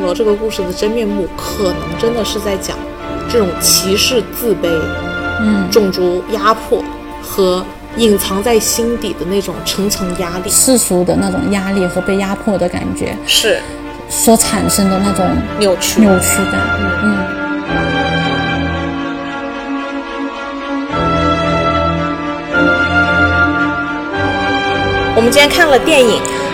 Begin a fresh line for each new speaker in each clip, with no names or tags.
罗这个故事的真面目，可能真的是在讲这种歧视、自卑、
嗯，
种族压迫和隐藏在心底的那种层层压力。
世俗的那种压力和被压迫的感觉
是
所产生的那种
扭曲。
扭曲感。嗯
我们今天看了电影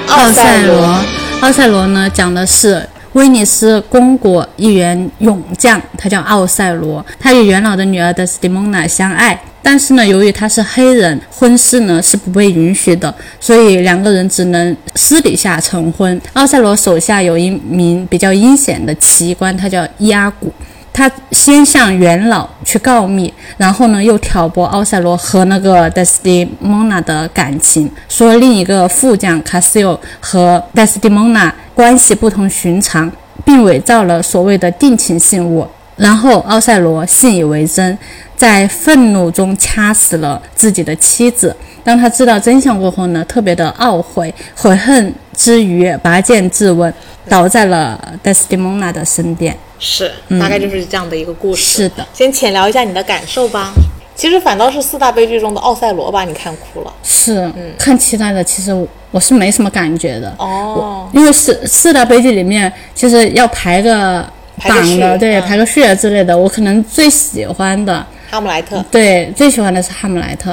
《
奥
赛
赛罗，奥赛罗呢讲的是威尼斯公国一员勇将，他叫奥赛罗，他与元老的女儿的斯蒂蒙娜相爱。但是呢，由于他是黑人，婚事呢是不被允许的，所以两个人只能私底下成婚。奥赛罗手下有一名比较阴险的奇官，他叫伊阿古。他先向元老去告密，然后呢又挑拨奥赛罗和那个戴斯蒂蒙娜的感情，说另一个副将卡西欧和戴斯蒂蒙娜关系不同寻常，并伪造了所谓的定情信物。然后奥赛罗信以为真，在愤怒中掐死了自己的妻子。当他知道真相过后呢，特别的懊悔，悔恨之余拔剑自刎，倒在了戴斯蒂蒙娜的身边。
是，大概就是这样的一个故事。
嗯是的，
先浅聊一下你的感受吧。其实反倒是四大悲剧中的《奥赛罗》把你看哭了。
是，看其他的，其实我我是没什么感觉的，
嗯哦，
因为四四大悲剧里面，其实要排个
排个
榜的，
序
对，
嗯
排个序啊之类的，我可能最喜欢的，
哈姆莱
嗯
特。
对，最喜欢的是哈姆莱特，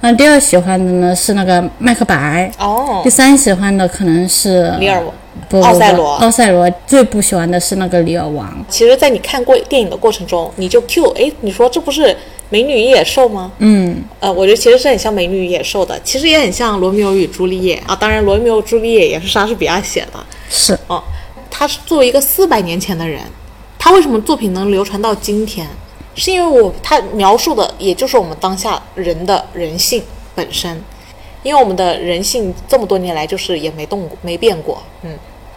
那第二喜欢的呢是那个麦克白，
哦
第，三喜欢的可能是
里尔。
不
奥赛罗
不不奥赛罗最不喜欢的是那个里尔王，
其实，在你看过电影的过程中，你就 Q 哎，你说这不是《美女与野兽》吗？
嗯，
呃，我觉得其实是很像《美女与野兽》的，其实也很像《罗密欧与朱丽叶》啊。当然，《罗密欧与朱丽叶》也是莎士比亚写的
是
哦。他是作为一个四百年前的人，他为什么作品能流传到今天？是因为我他描述的也就是我们当下人的人性本身，因为我们的人性这么多年来就是也没动过没变过，嗯。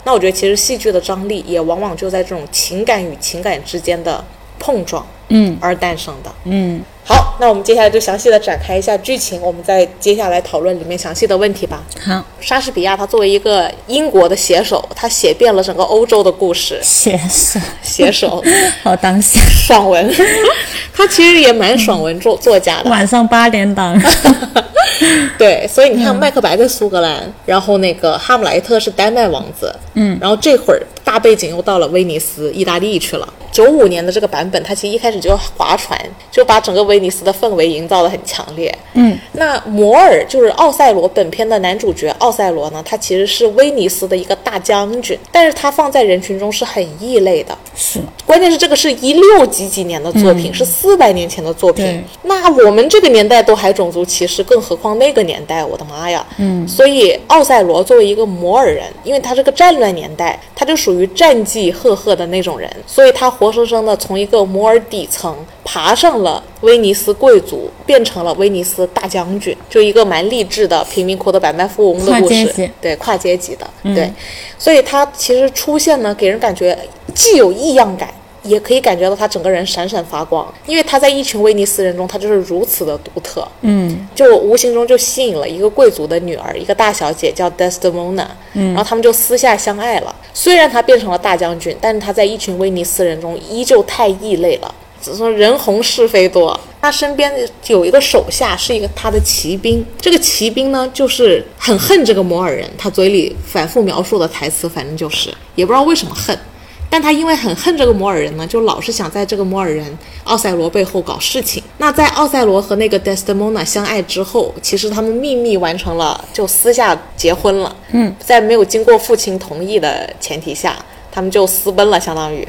那我觉得其实戏剧的张力也往往就在这种情感与情感之间的碰撞，
嗯
而诞生的。
嗯，
好，那我们接下来就详细的展开一下剧情，我们再接下来讨论里面详细的问题吧。
好，
莎士比亚他作为一个英国的写手，他写遍了整个欧洲的故事，
写手，
写手
好当心，
爽文， 他其实也蛮爽文作作家的。
晚上八点档，
对，所以你看，麦克白在苏格兰，然后那个哈姆莱特是丹麦王子，嗯，然后这会儿大背景又到了威尼斯、意大利去了。九五年的这个版本，它其实一开始就划船，就把整个威尼斯的氛围营造的很强烈。嗯，那摩尔就是奥赛罗本片的男主角奥赛罗呢，他其实是威尼斯的一个大将军，但是他放在人群中是很异类的。
是
关键是这个是一六几几年的作品，是四百年前的作品
对。
那我们这个年代都还种族歧视，更何况那个年代？我的妈呀！嗯，所以奥赛罗作为一个摩尔人，因为他是个战乱年代，他就属于战绩赫赫的那种人，所以他活生生的从一个摩尔底层爬上了威尼斯贵族，变成了威尼斯大将军，就一个蛮励志的贫民窟的百万富翁的
跨
故
阶
事。
级嗯
对跨阶级的，对，所以他其实出现呢，给人感觉既有异样感，也可以感觉到他整个人闪闪发光，因为他在一群威尼斯人中，他就是如此的独特，
嗯，
就无形中就吸引了一个贵族的女儿，一个大小姐叫 Desdemona，嗯，然后他们就私下相爱了。虽然他变成了大将军，但是他在一群威尼斯人中依旧太异类了，只是说人红是非多。他身边有一个手下是一个他的骑兵，这个骑兵呢就是很恨这个摩尔人，他嘴里反复描述的台词，反正就是也不知道为什么恨。但他因为很恨这个摩尔人呢，就老是想在这个摩尔人奥赛罗背后搞事情。那在奥赛罗和那个 Desdemona 相爱之后，其实他们秘密完成了，就私下结婚了。嗯，在没有经过父亲同意的前提下，他们就私奔了，相当于。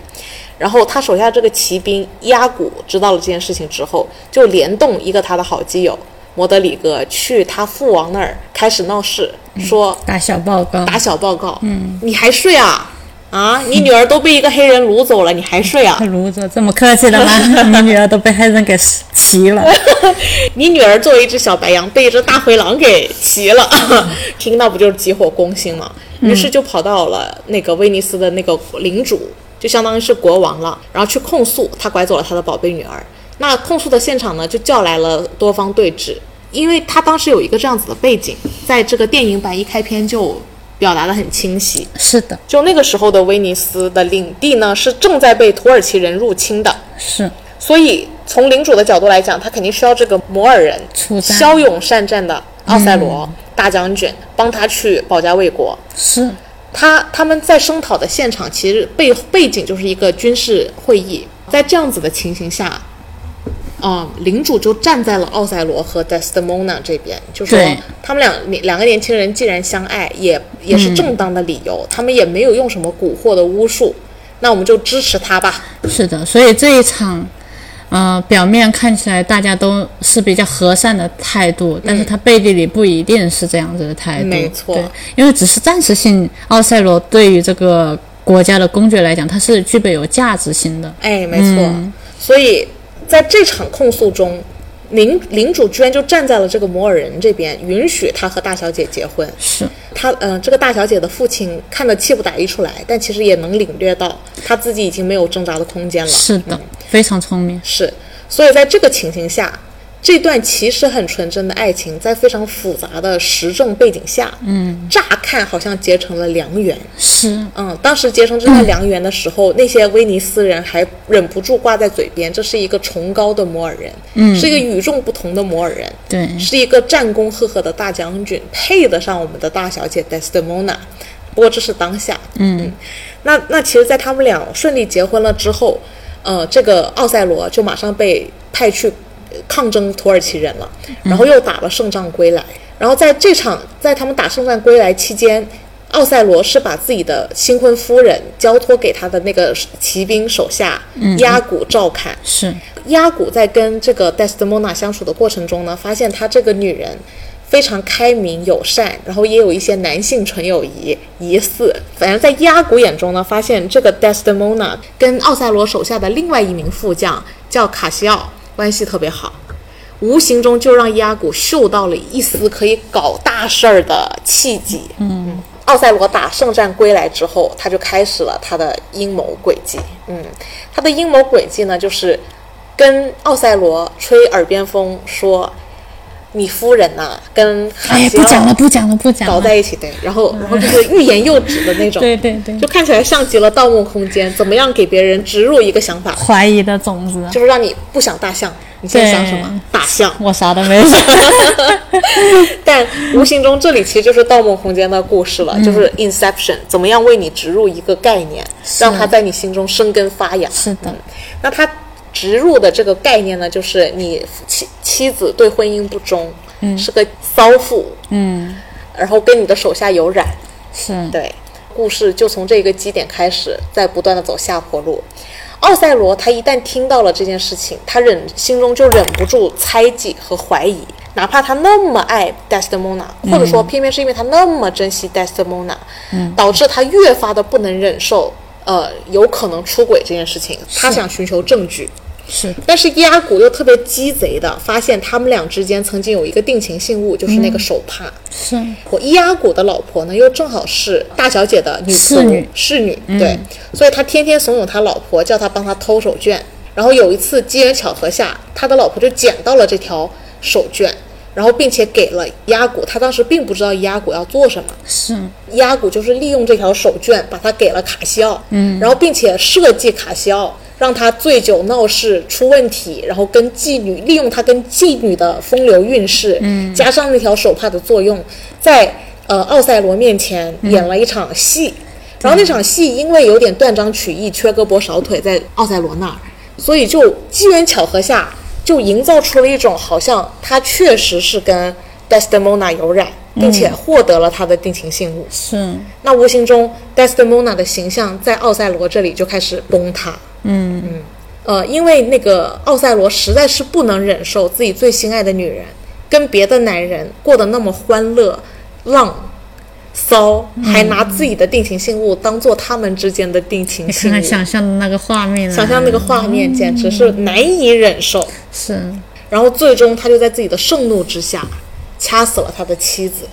然后他手下这个骑兵伊阿古知道了这件事情之后，就联动一个他的好基友摩德里格去他父王那儿开始闹事，说
打小报告，
打小报告，嗯，你还睡啊？啊，你女儿都被一个黑人掳走了，你还睡啊
他？炉子这么客气的 吗？你女儿都被黑人给骑了，
你女儿作为一只小白羊，被一只大灰狼给骑了，听到不就是急火攻心吗？于是就跑到了那个威尼斯的那个领主，就相当于是国王了，然后去控诉他拐走了他的宝贝女儿。那控诉的现场呢，就叫来了多方对峙，因为他当时有一个这样子的背景，在这个电影版一开篇就表达的很清晰。
是的，
就那个时候的威尼斯的领地呢，是正在被土耳其人入侵的，
是
所以从领主的角度来讲，他肯定需要这个摩尔人
处在
骁勇善战的奥赛罗、大将军帮他去保家卫国。
是
他他们在声讨的现场，其实背背景就是一个军事会议。在这样子的情形下，啊、领主就站在了奥赛罗和 Desdemona 这边，就说
对
他们两两个年轻人既然相爱，也也是正当的理由，他们也没有用什么蛊惑的巫术，那我们就支持他吧。
是的，所以这一场，呃，表面看起来大家都是比较和善的态度，但是他背地里不一定是这样子的态度。
没错
对，因为只是暂时性，奥赛罗对于这个国家的公爵来讲，它是具备有价值性的。
哎，没错。
嗯
所以在这场控诉中，领领主居然就站在了这个摩尔人这边，允许他和大小姐结婚。
是
他呃，这个大小姐的父亲看得气不打一处来，但其实也能领略到他自己已经没有挣扎的空间了。嗯
是的，非常聪明。
是，所以在这个情形下，这段其实很纯真的爱情，在非常复杂的时政背景下，嗯，乍看好像结成了良缘。
是
嗯，当时结成这段良缘的时候，那些威尼斯人还忍不住挂在嘴边，这是一个崇高的摩尔人，嗯，是一个与众不同的摩尔人，
对
是一个战功赫赫的大将军，配得上我们的大小姐 Desdemona。不过这是当下，嗯，那那其实，在他们俩顺利结婚了之后，呃，这个奥赛罗就马上被派去呃抗争土耳其人了，然后又打了胜仗归来。然后在这场在他们打胜仗归来期间，奥赛罗是把自己的新婚夫人交托给他的那个骑兵手下压古照看，
是
亚古在跟这个 Desdemona 相处的过程中呢，发现她这个女人非常开明友善，然后也有一些男性纯友谊疑似。反正，在亚古眼中呢，发现这个 Desdemona 跟奥赛罗手下的另外一名副将叫卡西奥关系特别好，无形中就让亚古嗅到了一丝可以搞大事儿的契机。嗯。奥赛罗打胜战归来之后，他就开始了他的阴谋诡计。嗯，他的阴谋诡计呢，就是跟奥赛罗吹耳边风说：“你夫人呐、跟卡
哎，
西
不讲了，
奥
不讲了，不讲
搞
了。
在一起，对，然后然后就是欲言又止的那种，
对对对
就看起来像极了《盗梦空间》，怎么样给别人植入一个想法，
怀疑的种子，
就是让你不想大象，你现在想什么？大象。
我啥都 没想。
但无形中，这里其实就是《盗梦空间》的故事
嗯
了，就是 Inception，怎么样为你植入一个概念，让它在你心中生根发芽。
是的
嗯那它植入的这个概念呢，就是你妻妻子对婚姻不忠，是个骚妇，
嗯，
然后跟你的手下有染，
是
对，故事就从这个基点开始，在不断的走下坡路。奥赛罗他一旦听到了这件事情，他忍心中就忍不住猜忌和怀疑，哪怕他那么爱 Desdemona，或者说偏偏是因为他那么珍惜 Desdemona，、导致他越发的不能忍受，呃，有可能出轨这件事情，他想寻求证据。
是
但是伊阿古又特别鸡贼的发现，他们俩之间曾经有一个定情信物，就是那个手帕。
是
我伊阿古的老婆呢，又正好是大小姐的女
侍女，
侍女，对，所以他天天怂恿他老婆叫他帮他偷手绢。然后有一次机缘巧合下，他的老婆就捡到了这条手绢，然后并且给了伊阿古。他当时并不知道伊阿古要做什么，
是
伊阿古就是利用这条手绢把它给了卡西奥，嗯，然后并且设计卡西奥。让他醉酒闹事出问题，然后跟妓女利用他跟妓女的风流韵事，嗯，加上那条手帕的作用，在呃奥赛罗面前演了一场戏，然后那场戏因为有点断章取义、缺胳膊少腿，在奥赛罗那儿，所以就机缘巧合下就营造出了一种好像他确实是跟 Desdemona 有染，并且获得了他的定情信物。
是，
那无形中，Desdemona 的形象在奥赛罗这里就开始崩塌。
嗯
嗯，呃，因为那个奥赛罗实在是不能忍受自己最心爱的女人跟别的男人过得那么欢乐、浪、骚，
嗯
还拿自己的定情信物当做他们之间的定情
你看
信物
看，想象的那个画面啊，
想象那个画面简直是难以忍受。
是
然后最终他就在自己的盛怒之下，掐死了他的妻子。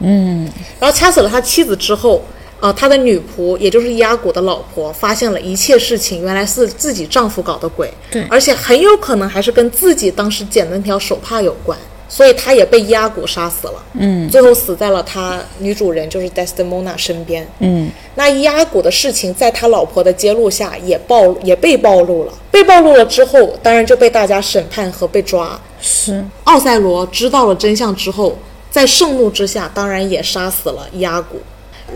嗯
然后掐死了他妻子之后，呃，他的女仆，也就是伊阿古的老婆，发现了一切事情原来是自己丈夫搞的鬼，
对
而且很有可能还是跟自己当时捡的那条手帕有关。所以他也被压骨杀死了。嗯，最后死在了他女主人就是 Desdemona 身边。嗯，那压骨的事情在他老婆的揭露下也暴也被暴露了。被暴露了之后，当然就被大家审判和被抓。
是，
奥赛罗知道了真相之后，在盛怒之下，当然也杀死了压骨。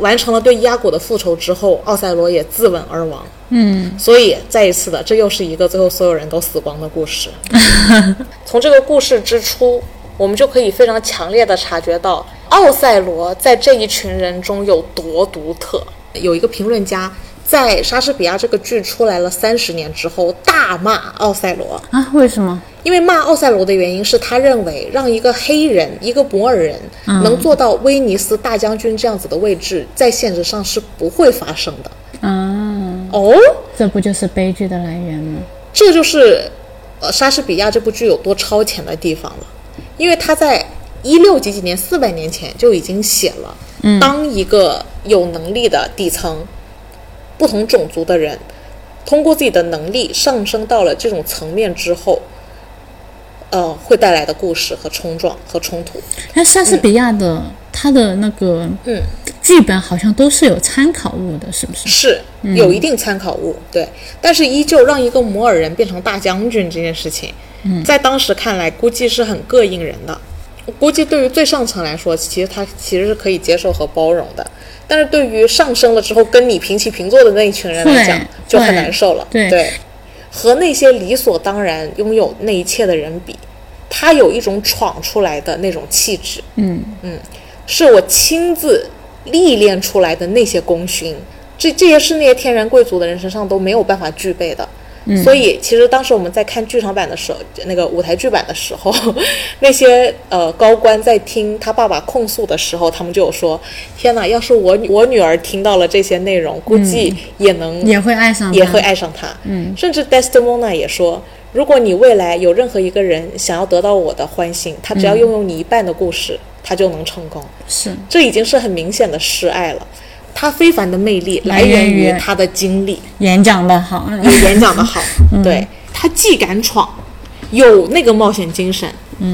完成了对压骨的复仇之后，奥赛罗也自刎而亡。嗯，所以再一次的，这又是一个最后所有人都死光的故事。从这个故事之初，我们就可以非常强烈的察觉到奥赛罗在这一群人中有多独特。有一个评论家在莎士比亚这个剧出来了三十年之后大骂奥赛罗，
啊？为什么？
因为骂奥赛罗的原因是他认为让一个黑人、一个摩尔人能做到威尼斯大将军这样子的位置，在现实上是不会发生的。
啊，
哦，
这不就是悲剧的来源吗？
这就是呃莎士比亚这部剧有多超前的地方了，因为他在一六几几年四百年前就已经写了，当一个有能力的底层不同种族的人，通过自己的能力上升到了这种层面之后。呃，会带来的故事和冲撞和冲突，
那莎士比亚的、他的那个
嗯
剧本好像都是有参考物的，是不是？嗯
是有一定参考物，对，但是依旧让一个摩尔人变成大将军这件事情，
嗯
在当时看来估计是很膈应人的。我估计对于最上层来说，其实他其实是可以接受和包容的，但是对于上升了之后跟你平起平坐的那一群人来讲
会，
就很
会
难受了。
对
和那些理所当然拥有那一切的人比，他有一种闯出来的那种气质。
嗯
是我亲自历练出来的那些功勋，这这些是那些天然贵族的人身上都没有办法具备的。所以，其实当时我们在看剧场版的时候，那个舞台剧版的时候， 那些呃高官在听他爸爸控诉的时候，他们就有说：“天哪，要是我女我女儿听到了这些内容，估计嗯也能、
也会爱上他，
也会爱上他。嗯，甚至 Desdemona 也说，如果你未来有任何一个人想要得到我的欢心，他只要拥有你一半的故事，他就能成功。
是
这已经是很明显的示爱了。他非凡的魅力来
来源
源于
于
他的经历，
演讲的好，
演讲的好，对他既敢闯，有那个冒险精神，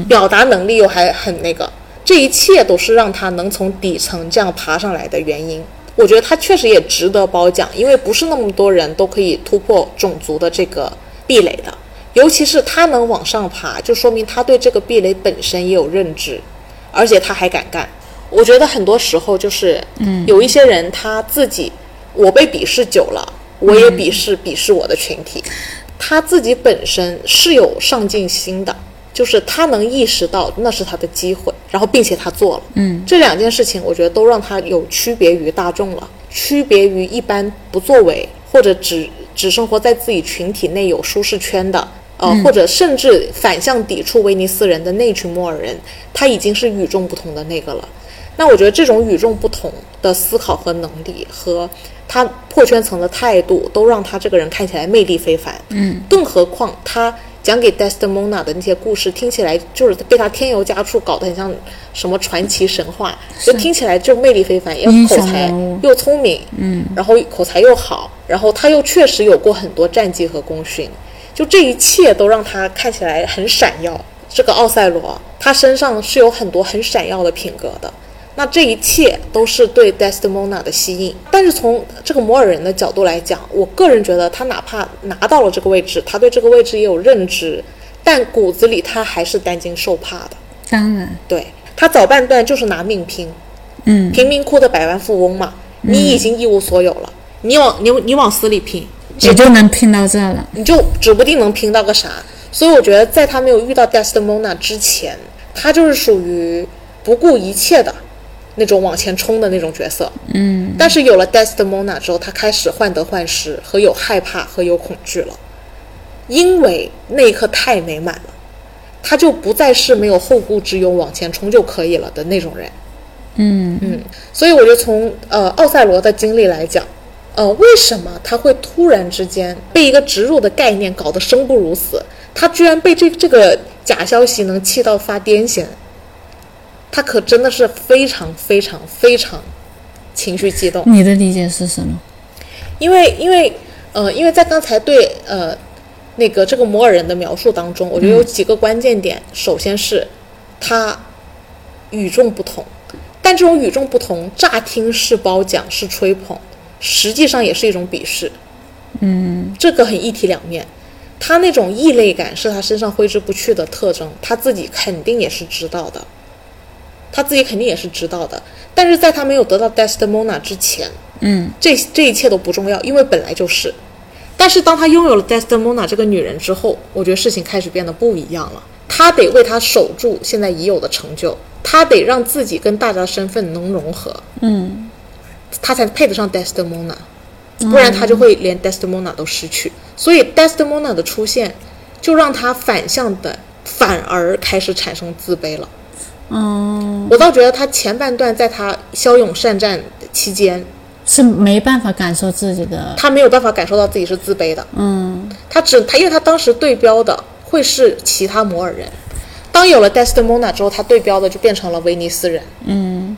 表达能力又还很那个，这一切都是让他能从底层这样爬上来的原因。我觉得他确实也值得褒奖，因为不是那么多人都可以突破种族的这个壁垒的，尤其是他能往上爬，就说明他对这个壁垒本身也有认知，而且他还敢干。我觉得很多时候就是，嗯，有一些人他自己，我被鄙视久了，我也鄙视鄙视我的群体，他自己本身是有上进心的，就是他能意识到那是他的机会，然后并且他做了，嗯，这两件事情我觉得都让他有区别于大众了，区别于一般不作为或者只只生活在自己群体内有舒适圈的。呃，或者甚至反向抵触威尼斯人的那群摩尔人，他已经是与众不同的那个了。那我觉得这种与众不同的思考和能力，和他破圈层的态度，都让他这个人看起来魅力非凡。嗯，更何况他讲给 Desdemona 的那些故事，听起来就是被他添油加醋，搞得很像什么传奇神话，就听起来就魅力非凡，也
英
口
雄
才
人物
又聪明，嗯，然后口才又好，然后他又确实有过很多战绩和功勋，就这一切都让他看起来很闪耀。这个奥赛罗，他身上是有很多很闪耀的品格的。那这一切都是对 Desdemona 的吸引，但是从这个摩尔人的角度来讲，我个人觉得他哪怕拿到了这个位置，他对这个位置也有认知，但骨子里他还是担惊受怕的。
当然
对他早半段就是拿命拼，
嗯，
贫民窟的百万富翁嘛，你已经一无所有了，你往你你往死里拼，
也就能拼到这了。
你就指不定能拼到个啥。所以我觉得，在他没有遇到 Desdemona 之前，他就是属于不顾一切的那种往前冲的那种角色。嗯，但是有了 Desdemona 之后，他开始患得患失和有害怕和有恐惧了，因为那一刻太美满了，他就不再是没有后顾之忧往前冲就可以了的那种人。
嗯
所以我觉得从呃奥赛罗的经历来讲，呃，为什么他会突然之间被一个植入的概念搞得生不如死？他居然被这这个假消息能气到发癫痫，他可真的是非常非常非常情绪激动。
你的理解是什么？
因为因为呃，因为在刚才对呃那个这个摩尔人的描述当中，我觉得有几个关键点。首先是他与众不同，但这种与众不同，乍听是褒奖是吹捧，实际上也是一种鄙视。嗯，这个很一体两面。他那种异类感是他身上挥之不去的特征，他自己肯定也是知道的，他自己肯定也是知道的。但是在他没有得到 Desdemona 之前，
嗯，
这这一切都不重要，因为本来就是。但是当他拥有了 Desdemona 这个女人之后，我觉得事情开始变得不一样了。他得为他守住现在已有的成就，他得让自己跟大家的身份能融合，嗯，他才配得上 Desdemona，不然他就会连 Desdemona 都失去。所以 Desdemona 的出现，就让他反向的反而开始产生自卑了。
嗯，
我倒觉得他前半段在他骁勇善战期间，
是没办法感受自己的，
他没有办法感受到自己是自卑的。
嗯
他只他因为他当时对标的会是其他摩尔人，当有了 Desdemona 之后，他对标的就变成了威尼斯人。
嗯，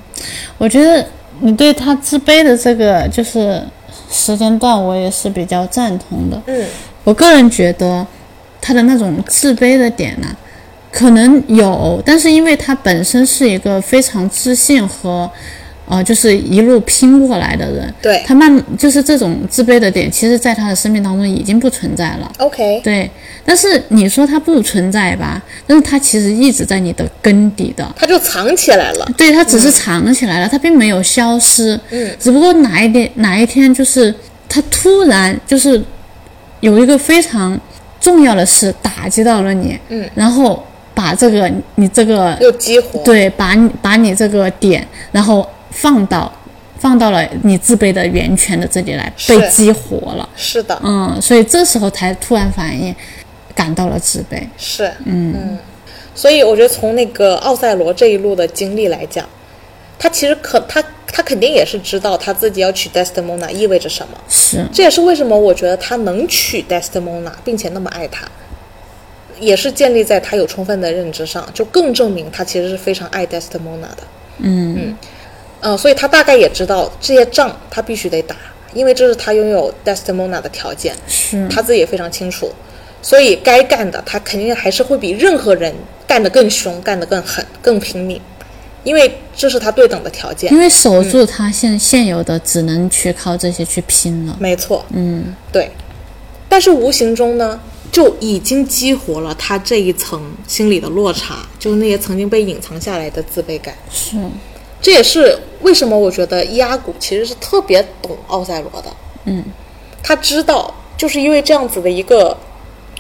我觉得你对他自卑的这个就是时间段，我也是比较赞同的。
嗯，
我个人觉得他的那种自卑的点呢、啊可能有，但是因为他本身是一个非常自信和，呃，就是一路拼过来的人，
对
他慢就是这种自卑的点，其实在他的生命当中已经不存在了。
，OK，
对，但是你说它不存在吧，但是它其实一直在你的根底的。
他就藏起来了。
对，它只是藏起来了，它并没有消失。嗯，只不过哪一点哪一天就是它突然就是有一个非常重要的事打击到了你，嗯，然后把这个你这个
又激活，
对，把你把你这个点，然后放到放到了你自卑的源泉的这里来，
是
被激活了。
是的，
嗯，所以这时候才突然反应，感到了自卑。
是，嗯所以我觉得从那个奥赛罗这一路的经历来讲，他其实可他他肯定也是知道他自己要娶 Desdemona 意味着什么，
是，
这也是为什么我觉得他能娶 Desdemona，并且那么爱她，也是建立在他有充分的认知上，就更证明他其实是非常爱 Desdemona 的。
嗯
嗯，所以他大概也知道这些仗他必须得打，因为这是他拥有 Desdemona 的条件，
是，
他自己也非常清楚。所以该干的，他肯定还是会比任何人干得更凶、干得更狠、更拼命，因为这是他对等的条件
因。为守住他现、现有的，只能去靠这些去拼了。
没错，嗯，对。但是无形中呢，就已经激活了他这一层心理的落差，就是那些曾经被隐藏下来的自卑感。
是，
这也是为什么我觉得伊阿古其实是特别懂奥赛罗的。
嗯，
他知道，就是因为这样子的一个，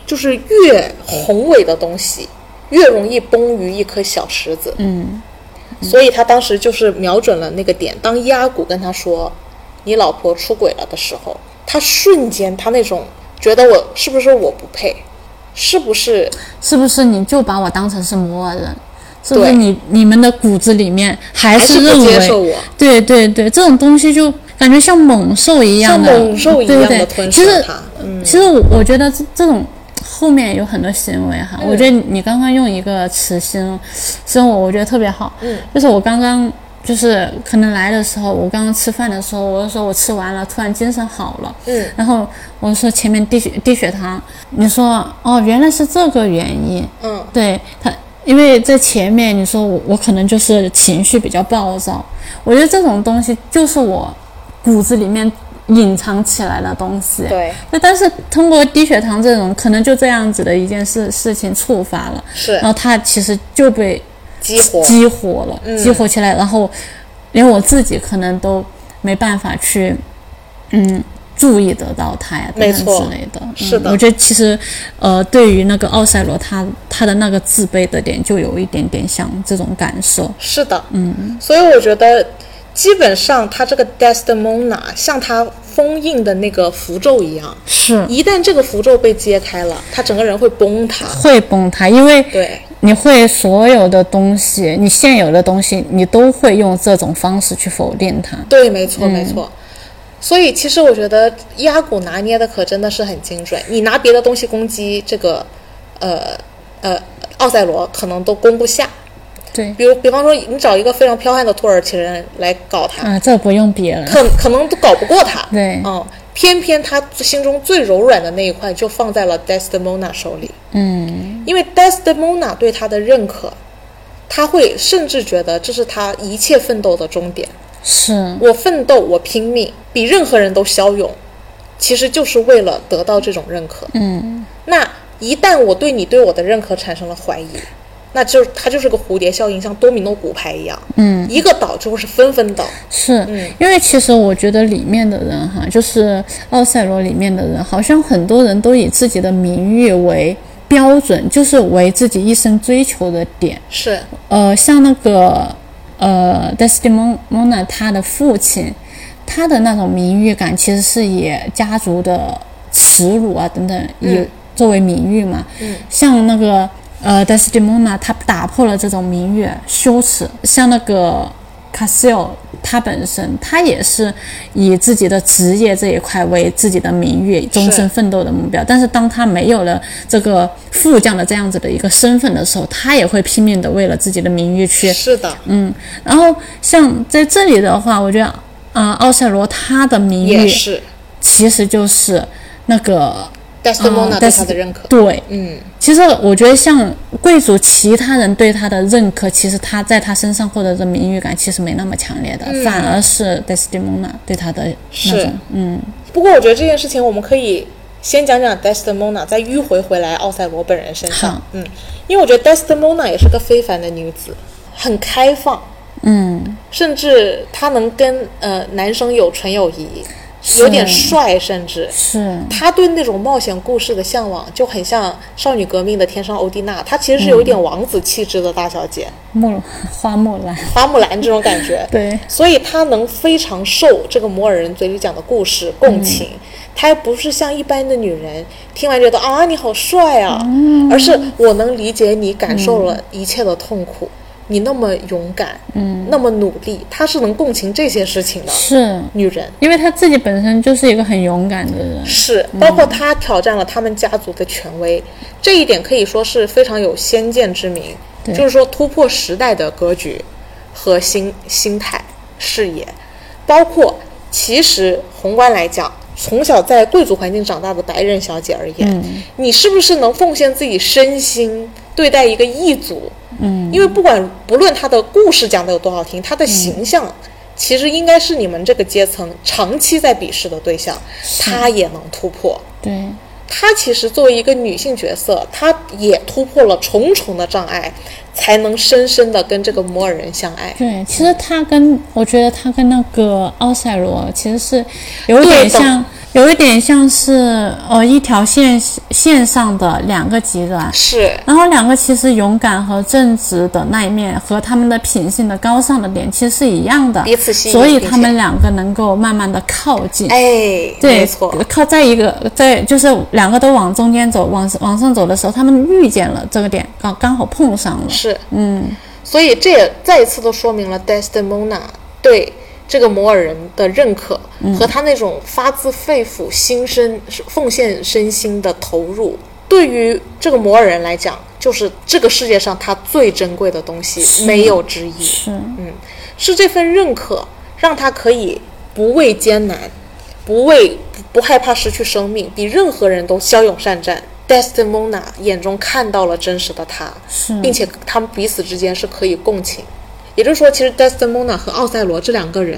就是越宏伟的东西，越容易崩于一颗小石子。
嗯，
所以他当时就是瞄准了那个点。当伊阿古跟他说“你老婆出轨了”的时候，他瞬间他那种觉得我是不是我不配，是不是
是不是你就把我当成是摩尔人？是不是
对
你你们的骨子里面还
还是
认
不接
为？
受我？
对对对，这种东西就感觉像猛兽一样
像
的，
猛兽一样
对
的
对
吞噬嗯
对。其实
他，
其实我我觉得这这种后面有很多行为
嗯
哈，我觉得你你刚刚用一个词形容形容我，我觉得特别好。嗯，就是我刚刚就是可能来的时候，我刚刚吃饭的时候，我就说我吃完了，突然精神好了。
嗯，
然后我说前面低血低血糖，你说哦原来是这个原因。
嗯，
对他，因为在前面你说我我可能就是情绪比较暴躁，我觉得这种东西就是我骨子里面隐藏起来的东西。
对，
那但是通过低血糖这种，可能就这样子的一件事事情触发了，
是
然后他其实就被
激活。
嗯激活了，
嗯
激活起来，然后连我自己可能都没办法去，嗯。注意得到他呀，等
没
等
错
之类的，嗯
是的
我觉得其实，呃，对于那个奥赛罗他他的那个自卑的点，就有一点点像这种感受。
是的，嗯，所以我觉得基本上他这个 Desdemona 像他封印的那个符咒一样，
是
一旦这个符咒被揭开了，他整个人会崩塌。
会崩塌，因为
对，
你会所有的东西，你现有的东西，你都会用这种方式去否定它。
对，没
嗯
错，没错。所以其实我觉得压骨拿捏的可真的是很精准，你拿别的东西攻击这个，呃呃，奥赛罗可能都攻不下。
对，
比如，比方说，你找一个非常彪悍的土耳其人来搞他，
啊，这不用比了。
可可能都搞不过他。
对
嗯，偏偏他心中最柔软的那一块就放在了 Desdemona 手里，
嗯，
因为 Desdemona 对他的认可，他会甚至觉得这是他一切奋斗的终点。
是
我奋斗，我拼命，比任何人都骁勇，其实就是为了得到这种认可。
嗯，
那一旦我对你对我的认可产生了怀疑，那就它就是个蝴蝶效应，像多米诺骨牌一样，嗯，一个倒就会是纷纷倒。
是，因为其实我觉得里面的人哈，就是奥赛罗里面的人，好像很多人都以自己的名誉为标准，就是为自己一生追求的点。
是，
呃，像那个呃，Desdemona 他的父亲，他的那种名誉感其实是以家族的耻辱啊等等，以作为名誉嘛。像那个呃，Desdemona 他打破了这种名誉羞耻，像那个 Cassio 他本身，他也是以自己的职业这一块为自己的名誉终身奋斗的目标。但是当他没有了这个副将的这样子的一个身份的时候，他也会拼命的为了自己的名誉去
是的，
嗯。然后像在这里的话，我觉得啊、呃奥赛罗他的名
也
誉
是
其实就是那个
Desdemona
呃
对他的认可。
对，
嗯，
其实我觉得像贵族其他人对他的认可，其实他在他身上获得的名誉感其实没那么强烈的，
嗯
反而是 Desdemona 对他的那
是
种，嗯，
不过我觉得这件事情我们可以先讲讲 Desdemona，再迂回回来奥赛罗本人身上
好。
嗯，因为我觉得 Desdemona 也是个非凡的女子，很开放，
嗯，
甚至她能跟呃男生有纯友谊，有点帅，甚至
是，
她对那种冒险故事的向往就很像少女革命的天上欧蒂娜，她其实是有一点王子气质的大小姐，
木花木兰，
花木兰这种感觉。
对，
所以她能非常受这个摩尔人嘴里讲的故事共情。她还不是像一般的女人，听完觉得啊你好帅啊，而是我能理解你感受了一切的痛苦，你那么勇敢，嗯，那么努力，她是能共情这些事情的
是
女人。
因为他自己本身就是一个很勇敢的人，
是，包括她挑战了他们家族的权威，这一点可以说是非常有先见之明，
对
就是说突破时代的格局和心心态、视野，包括其实宏观来讲，从小在贵族环境长大的白人小姐而言，你是不是能奉献自己身心对待一个异族？嗯，因为不管不论她的故事讲的有多好听，她的形象。其实应该是你们这个阶层长期在鄙视的对象，她也能突破。
对，
她其实作为一个女性角色，她也突破了重重的障碍，才能深深的跟这个摩尔人相爱。
对，其实他跟我觉得他跟那个奥赛罗其实是有一
对
点
的
像，有一点像是呃一条线线上的两个极端。
是，
然后两个其实勇敢和正直的那一面和他们的品性的高尚的点其实是一样的，
彼此吸引
所以
并
他们两个能够慢慢的靠近。
哎，
对，
没错，
靠在一个在就是两个都往中间走，往往上走的时候，他们遇见了这个点，刚刚好碰上了。
是。
嗯，
所以这也再一次的说明了 Desdemona 对这个摩尔人的认可、和他那种发自肺腑、心身奉献身心的投入，对于这个摩尔人来讲，就是这个世界上他最珍贵的东西，没有之一。
是，
嗯，是这份认可让他可以不畏艰难，不畏不不害怕失去生命，比任何人都骁勇善战。Desdemona 眼中看到了真实的他，
是
并且他们彼此之间是可以共情。也就是说，其实 Desdemona 和奥赛罗这两个人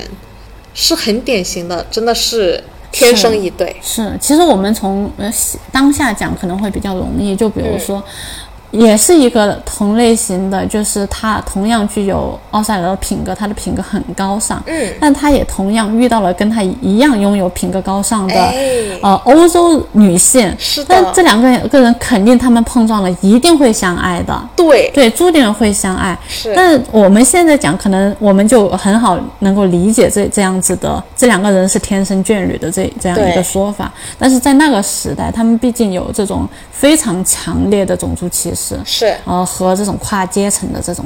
是很典型的，真的是天生一对。
是，其实我们从呃西当下讲可能会比较容易，就比如说，
嗯
也是一个同类型的，就是他同样具有奥赛罗的品格，他的品格很高尚，
嗯，
但他也同样遇到了跟他一样拥有品格高尚的、
哎
呃欧洲女性，
是的
但这两个人个人肯定他们碰撞了，一定会相爱的，
对，
对，注定会相爱。
是
但我们现在讲，可能我们就很好能够理解这这样子的，这两个人是天生眷侣的这这样一
对
个说法。但是在那个时代，他们毕竟有这种非常强烈的种族歧视，
是。
呃，和这种跨阶层的这种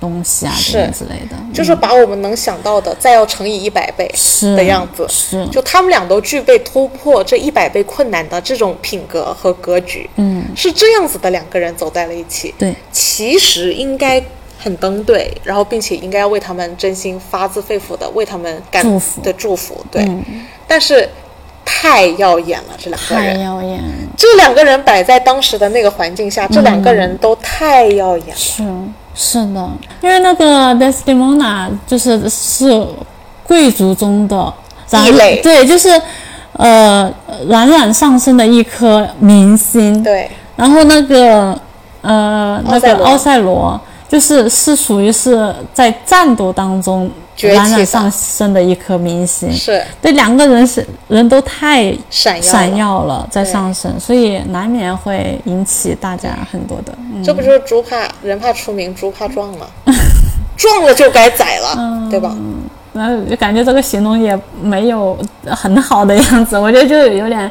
东西啊，
是
等等之类的，
就是把我们能想到的再要乘以一百倍
是
的样子，
是
就他们俩都具备突破这一百倍困难的这种品格和格局，嗯，是这样子的两个人走在了一起，
对，
其实应该很登对，然后并且应该要为他们真心发自肺腑的为他们感
祝福嗯
的祝福，对，但是太耀眼了这两个
太
人，
耀眼了，嗯
这两个人摆在当时的那个环境下，这两个人都太耀眼了。
是是的，因为那个 Desdemona 就是是贵族中的冉
异类
对，就是呃冉冉上升的一颗明星。
对，
然后那个呃那
奥赛
个
罗
奥赛罗就是是属于是在战斗当中
崛起的
冉冉上升的一颗明星。
是
对，两个人是人都太
闪耀了
闪耀了，在上升，所以难免会引起大家很多的嗯
这不就是猪怕人怕出名，猪怕壮 吗？壮了就该宰了，
嗯
对吧？
然后就呃感觉这个形容也没有很好的样子，我 觉得就有点，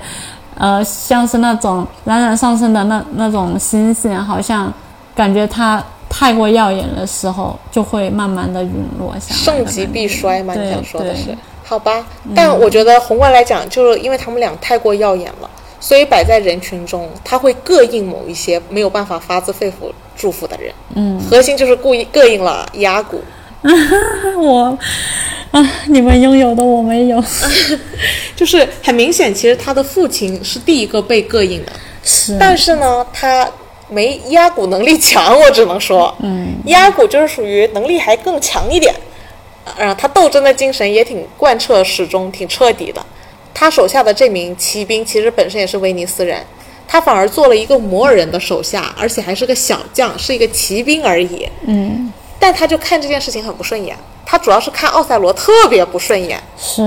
呃，像是那种冉冉上升的那那种星星，好像感觉它太过耀眼的时候，就会慢慢的陨落下来的
盛
感觉。
极必衰嘛，你
对
想说的是
对？嗯
好吧，但我觉得宏观来讲，就是因为他们俩太过耀眼了，所以摆在人群中，他会膈应某一些没有办法发自肺腑祝福的人。嗯，核心就是故意膈应了雅古。
我啊，你们拥有的我没 有。
就是很明显，其实他的父亲是第一个被膈应的，
是，
但是呢，他没压骨能力强，我只能说，嗯，压骨就是属于能力还更强一点，啊，他斗争的精神也挺贯彻始终，挺彻底的。他手下的这名骑兵其实本身也是威尼斯人，他反而做了一个摩尔人的手下，而且还是个小将，是一个骑兵而已。
嗯，
但他就看这件事情很不顺眼，他主要是看奥赛罗特别不顺眼，
是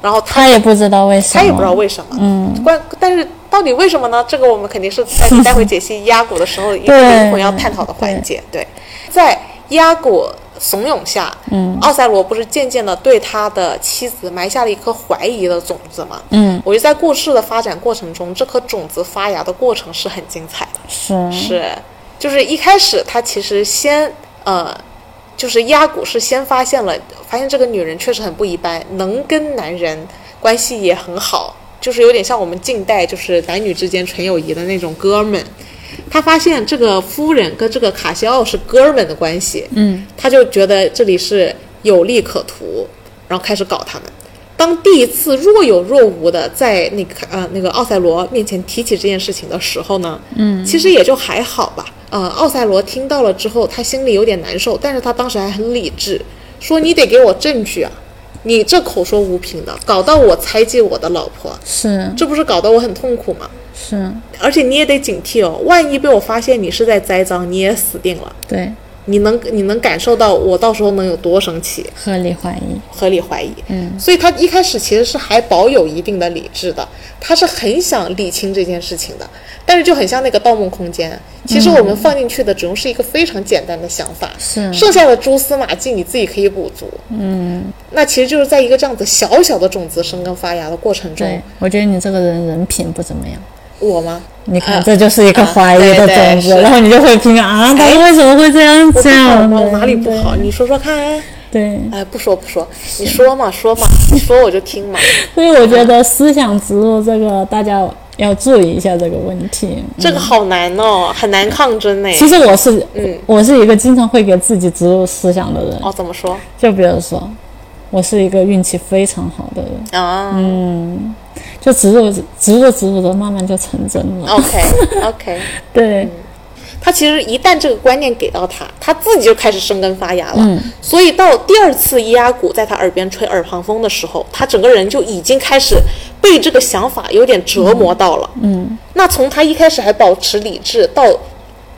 然后他
他也不知道为什么，
他也不知道为什么，嗯，关，但是到底为什么呢？这个我们肯定是在你待会解析压骨的时候，一个灵魂要探讨的环节。对，在压骨怂恿下，嗯，奥赛罗不是渐渐的对他的妻子埋下了一颗怀疑的种子吗？
嗯，
我觉得在故事的发展过程中，这颗种子发芽的过程是很精彩的。
是
是，就是一开始他其实先呃，就是压骨是先发现了，发现这个女人确实很不一般，能跟男人关系也很好，就是有点像我们近代就是男女之间纯友谊的那种哥们。他发现这个夫人跟这个卡西奥是哥们的关系，嗯，他就觉得这里是有利可图，然后开始搞他们。当第一次若有若无的在那个呃那个奥赛罗面前提起这件事情的时候呢，嗯，其实也就还好吧。呃，奥赛罗听到了之后，他心里有点难受，但是他当时还很理智，说你得给我证据啊，你这口说无凭的，搞到我猜忌我的老婆，
是
这不是搞得我很痛苦吗？
是，
而且你也得警惕哦，万一被我发现你是在栽赃，你也死定了。
对，
你能你能感受到我到时候能有多生气？
合理怀疑，
合理怀疑。嗯，所以他一开始其实是还保有一定的理智的，他是很想理清这件事情的，但是就很像那个《盗梦空间》，其实我们放进去的只能是一个非常简单的想法，
是
剩下的蛛丝马迹你自己可以补足。嗯，那其实就是在一个这样子小小的种子生根发芽的过程中
对，，我觉得你这个人人品不怎么样。
我吗？
你
啊
看，这就是一个怀疑
啊
的
对对
种子，
是
然后你就会评啊，他为什么会这样
我不好
讲
吗？
呢？
我哪里不好？你说说看。
对，
哎，不说不说，你说嘛说嘛，你说我就听嘛。
所以我觉得思想植入这个大家要注意一下这个问题。
这个好难哦，很难抗争呢。
其实我是，
嗯
我是一个经常会给自己植入思想的人，
哦，怎么说
就比如说，我是一个运气非常好的人，
啊？
就植入植入植入的，慢慢就成真了。
OK OK，
对，
他其实一旦这个观念给到他，他自己就开始生根发芽了。所以到第二次伊阿古在他耳边吹耳旁风的时候，他整个人就已经开始被这个想法有点折磨到了。嗯，那从他一开始还保持理智，到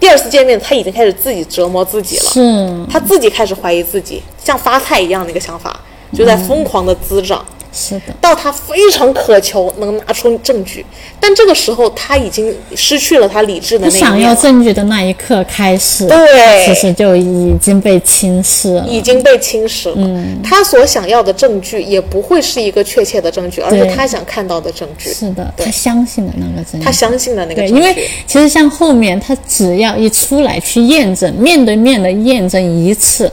第二次见面，他已经开始自己折磨自己了。
是
他自己开始怀疑自己，像发菜一样的一个想法，就在疯狂的滋长。
是的，
到他非常渴求能拿出证据，但这个时候他已经失去了他理智的
不
那一
想
面
要
了。
证据的那一刻开始，
对
其实就已经被轻视了。
已经被侵蚀了。
嗯
他所想要的证据也不会是一个确切的证据，而是
对
他想看到的证据，
是的，
对
他相信的那个真
他
相。
相信的那个
对，
证据。
因为其实像后面他只要一出来去验证，面对面的验证一次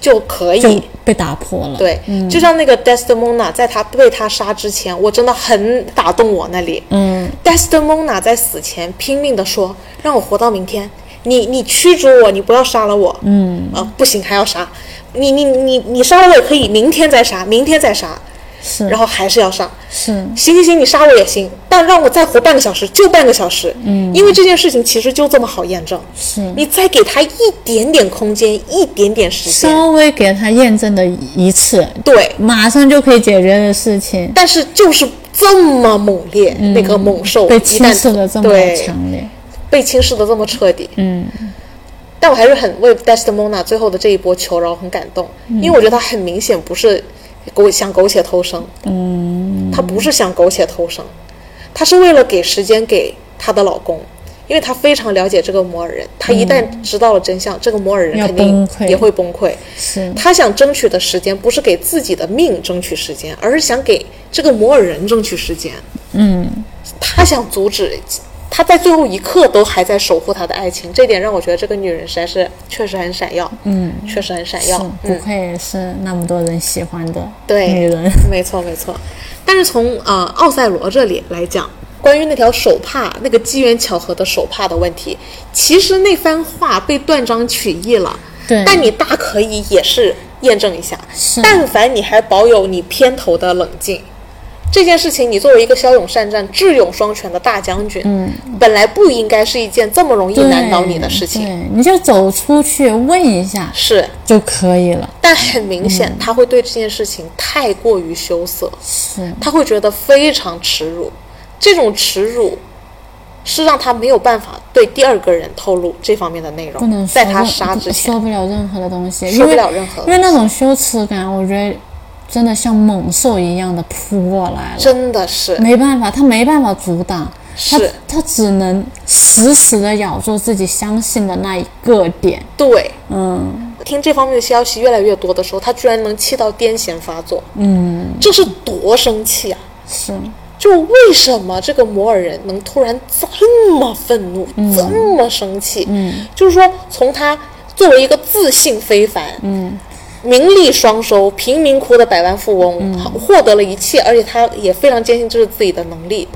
就可
就
以。
被打破了。，
对，就像那个 Desdemona，在他被他杀之前，我真的很打动我那里。
嗯，
Desdemona 在死前拼命地说：“让我活到明天，你你驱逐我，你不要杀了我。”呃嗯，啊、不行，还要杀，你你你你杀了我也可以，明天再杀，明天再杀。
是
然后还是要上。
是
行行行，你杀我也行，但让我再活半个小时，就半个小时。嗯，因为这件事情其实就这么好验证，
是，
你再给他一点点空间，一点点时间，
稍微给他验证的一次，
对，
马上就可以解决的事情，
但是就是这么猛烈，那个猛兽
嗯被
哦一
侵
旦
蚀的这么
对，
强烈，
被侵蚀的这么彻底，
嗯，
但我还是很为 Desdemona 最后的这一波求饶很感动，
嗯
因为我觉得他很明显不是苟想苟且偷生，嗯，他不是想苟且偷生，他是为了给时间给她的老公，因为她非常了解这个摩尔人，她一旦知道了真相，这个摩尔人
嗯要
肯
崩
定
溃
也会崩溃。
是
她想争取的时间不是给自己的命争取时间，而是想给这个摩尔人争取时间。
嗯，
她想阻止，她在最后一刻都还在守护她的爱情，这点让我觉得这个女人实在是确实很闪耀，嗯，确实很闪
是
耀，
不愧是那么多人喜欢的
嗯对
女人，
没错没错。但是从呃奥赛罗这里来讲，关于那条手帕那个机缘巧合的手帕的问题，其实那番话被断章取义了，
对
但你大可以也是验证一下，
是
但凡你还保有你片头的冷静。这件事情，你作为一个骁勇善战、智勇双全的大将军，嗯，本来不应该是一件这么容易
对
难倒你的事情，
对，你就走出去问一下
是。
就可以了，
但很明显，
嗯
他会对这件事情太过于羞涩，
是
他会觉得非常耻辱，这种耻辱是让他没有办法对第二个人透露这方面的内容，
不能说
在他
任
杀之前
说不了任何的东西，
说不
因为
了任何
因为那种羞耻感，我觉得真的像猛兽一样的扑过来了，
真的是
没办法，他没办法阻挡，他
是
他只能死死的咬住自己相信的那一个点，
对。
嗯，
听这方面的消息越来越多的时候，他居然能气到癫痫发作，嗯，这是多生气啊！
是
就为什么这个摩尔人能突然这么愤怒，这么生气？嗯，就是说从他作为一个自信非凡，嗯，名利双收、贫民窟的百万富翁，获得了一切，而且他也非常坚信这是自己的能力，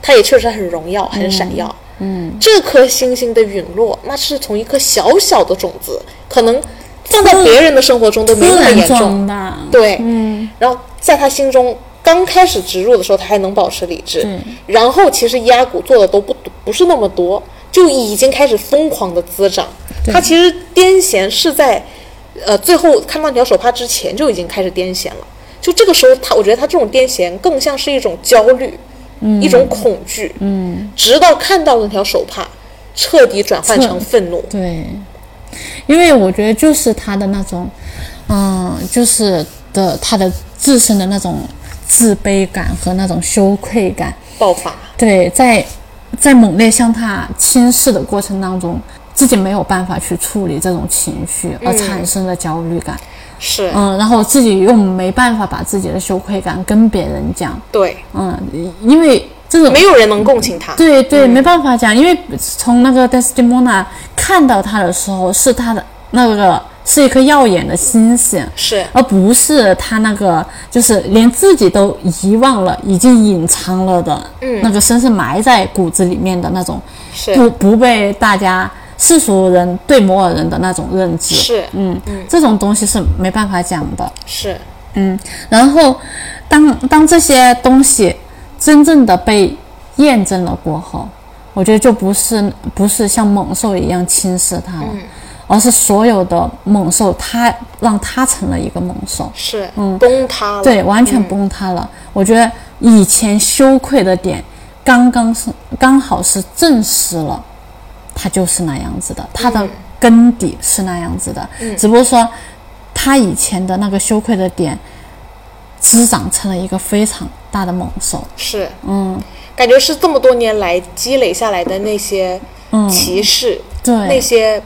他也确实很荣耀、很闪耀。嗯，这颗星星的陨落，那是从一颗小小的种子，可能放在别人的生活中都
突
没那么
然
严重，
壮大，
对，嗯，然后在他心中刚开始植入的时候，他还能保持理智，然后其实压骨做的都不不是那么多，就已经开始疯狂的滋长。他其实癫痫是在，呃，最后看到那条手帕之前就已经开始癫痫了。就这个时候他，我觉得他这种癫痫更像是一种焦虑，嗯、一种恐惧，嗯，直到看到那条手帕，彻底转换
彻
成愤怒，
对，因为我觉得就是他的那种，嗯，就是的他的自身的那种自卑感和那种羞愧感，
爆发，
对，在在猛烈向他侵蚀的过程当中，自己没有办法去处理这种情绪而产生的焦虑感，
是、
嗯然后自己又没办法把自己的羞愧感跟别人讲，
对，
嗯，因为这种
没有人能共情他，
对对，没办法讲，因为从那个 Desdemona 看到他的时候，是他的那个是一颗耀眼的星星，
是
而不是他那个就是连自己都遗忘了、已经隐藏了的、那个深深埋在骨子里面的那种
是
不不被大家世俗人对摩尔人的那种认知，
是
嗯，这种东西是没办法讲的。
是，
嗯，然后当当这些东西真正的被验证了过后，我觉得就不是不是像猛兽一样侵蚀它了，而是所有的猛兽它让它成了一个猛兽，
是，崩塌了，
嗯对，完全崩塌了。我觉得以前羞愧的点，刚刚是刚好是证实了，它就是那样子
嗯
的，它的根底是那样子的，只不过说他以前的那个羞愧的点，滋长成了一个非常大的猛兽。
是，嗯，感觉是这么多年来积累下来的那些歧视，
嗯对
那些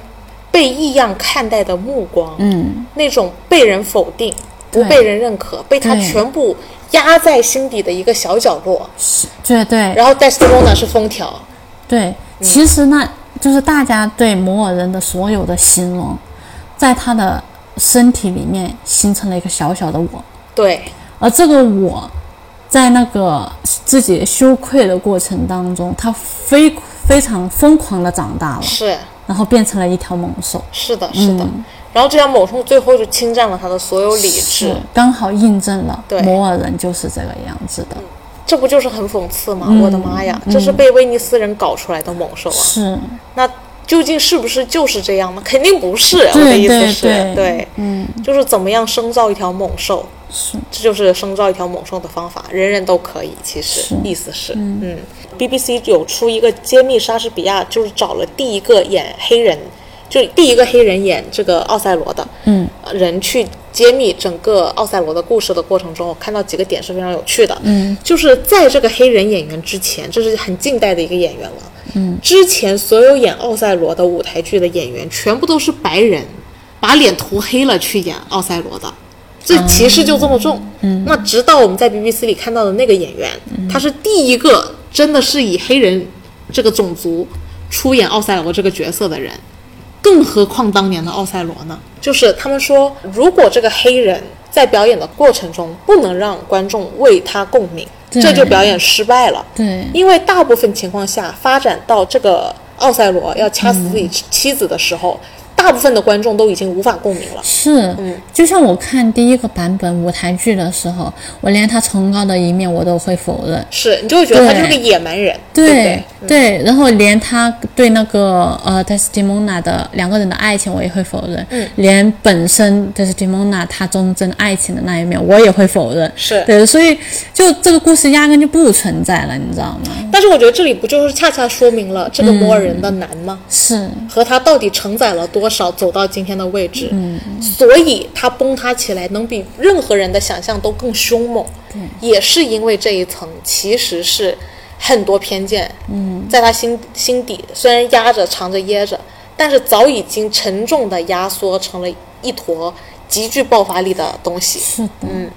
被异样看待的目光，
嗯，
那种被人否定、不
对
被人认可，被他
对
全部压在心底的一个小角落。
对对
然后嗯 Desdemona 是封条，
对，其实那就是大家对摩尔人的所有的形容，在他的身体里面形成了一个小小的我，
对，
而这个我，在那个自己羞愧的过程当中，他非非常疯狂的长大了，
是
然后变成了一条猛兽。嗯
是的，是的。然后这条猛兽最后就侵占了他的所有理智
是，刚好印证了
对嗯
摩尔人就是这个样子的。
这不就是很讽刺吗？我的妈呀，这是被威尼斯人搞出来的猛兽啊！
嗯是，
那究竟是不是就是这样呢？肯定不是，啊我的
对
意思
对
是，
对
对
嗯，
就是怎么样生造一条猛兽，
是
这就是生造一条猛兽的方法，人人都可以。其实
是
意思是，嗯，BBC 有出一个揭秘莎士比亚，就是找了第一个演黑人，就是第一个黑人演这个奥赛罗的，
嗯，
人去揭秘整个奥赛罗的故事的过程中，我看到几个点是非常有趣的，
嗯，
就是在这个黑人演员之前，这是很近代的一个演员了，嗯，之前所有演奥赛罗的舞台剧的演员全部都是白人，把脸涂黑了去演奥赛罗的。这歧视就这么重。嗯，那直到我们在 BBC 里看到的那个演员，他是第一个真的是以黑人这个种族出演奥赛罗这个角色的人。更何况当年的奥赛罗呢？就是他们说，如果这个黑人在表演的过程中不能让观众为他共鸣，
对
这就表演失败了。
对，
因为大部分情况下，发展到这个奥赛罗要掐死自己妻子的时候，大部分的观众都已经无法共鸣了。
是，
嗯
就像我看第一个版本舞台剧的时候，我连他崇高的一面我都会否认。
是你就会觉得他
对
就是个野蛮人，对不
对对，然后连他对那个呃 Desdemona 的两个人的爱情，我也会否认。嗯，连本身 Desdemona 她忠贞爱情的那一面，我也会否认。
是
对，所以就这个故事压根就不存在了，你知道吗？
但是我觉得这里不就是恰恰说明了这个摩尔人的难吗？
是，
和他到底承载了多少走到今天的位置？
嗯
所以他崩塌起来能比任何人的想象都更凶猛，也是因为这一层其实是很多偏见，嗯，在他心心底虽然压着藏着掖着，但是早已经沉重的压缩成了一坨极具爆发力的东西，嗯
是的，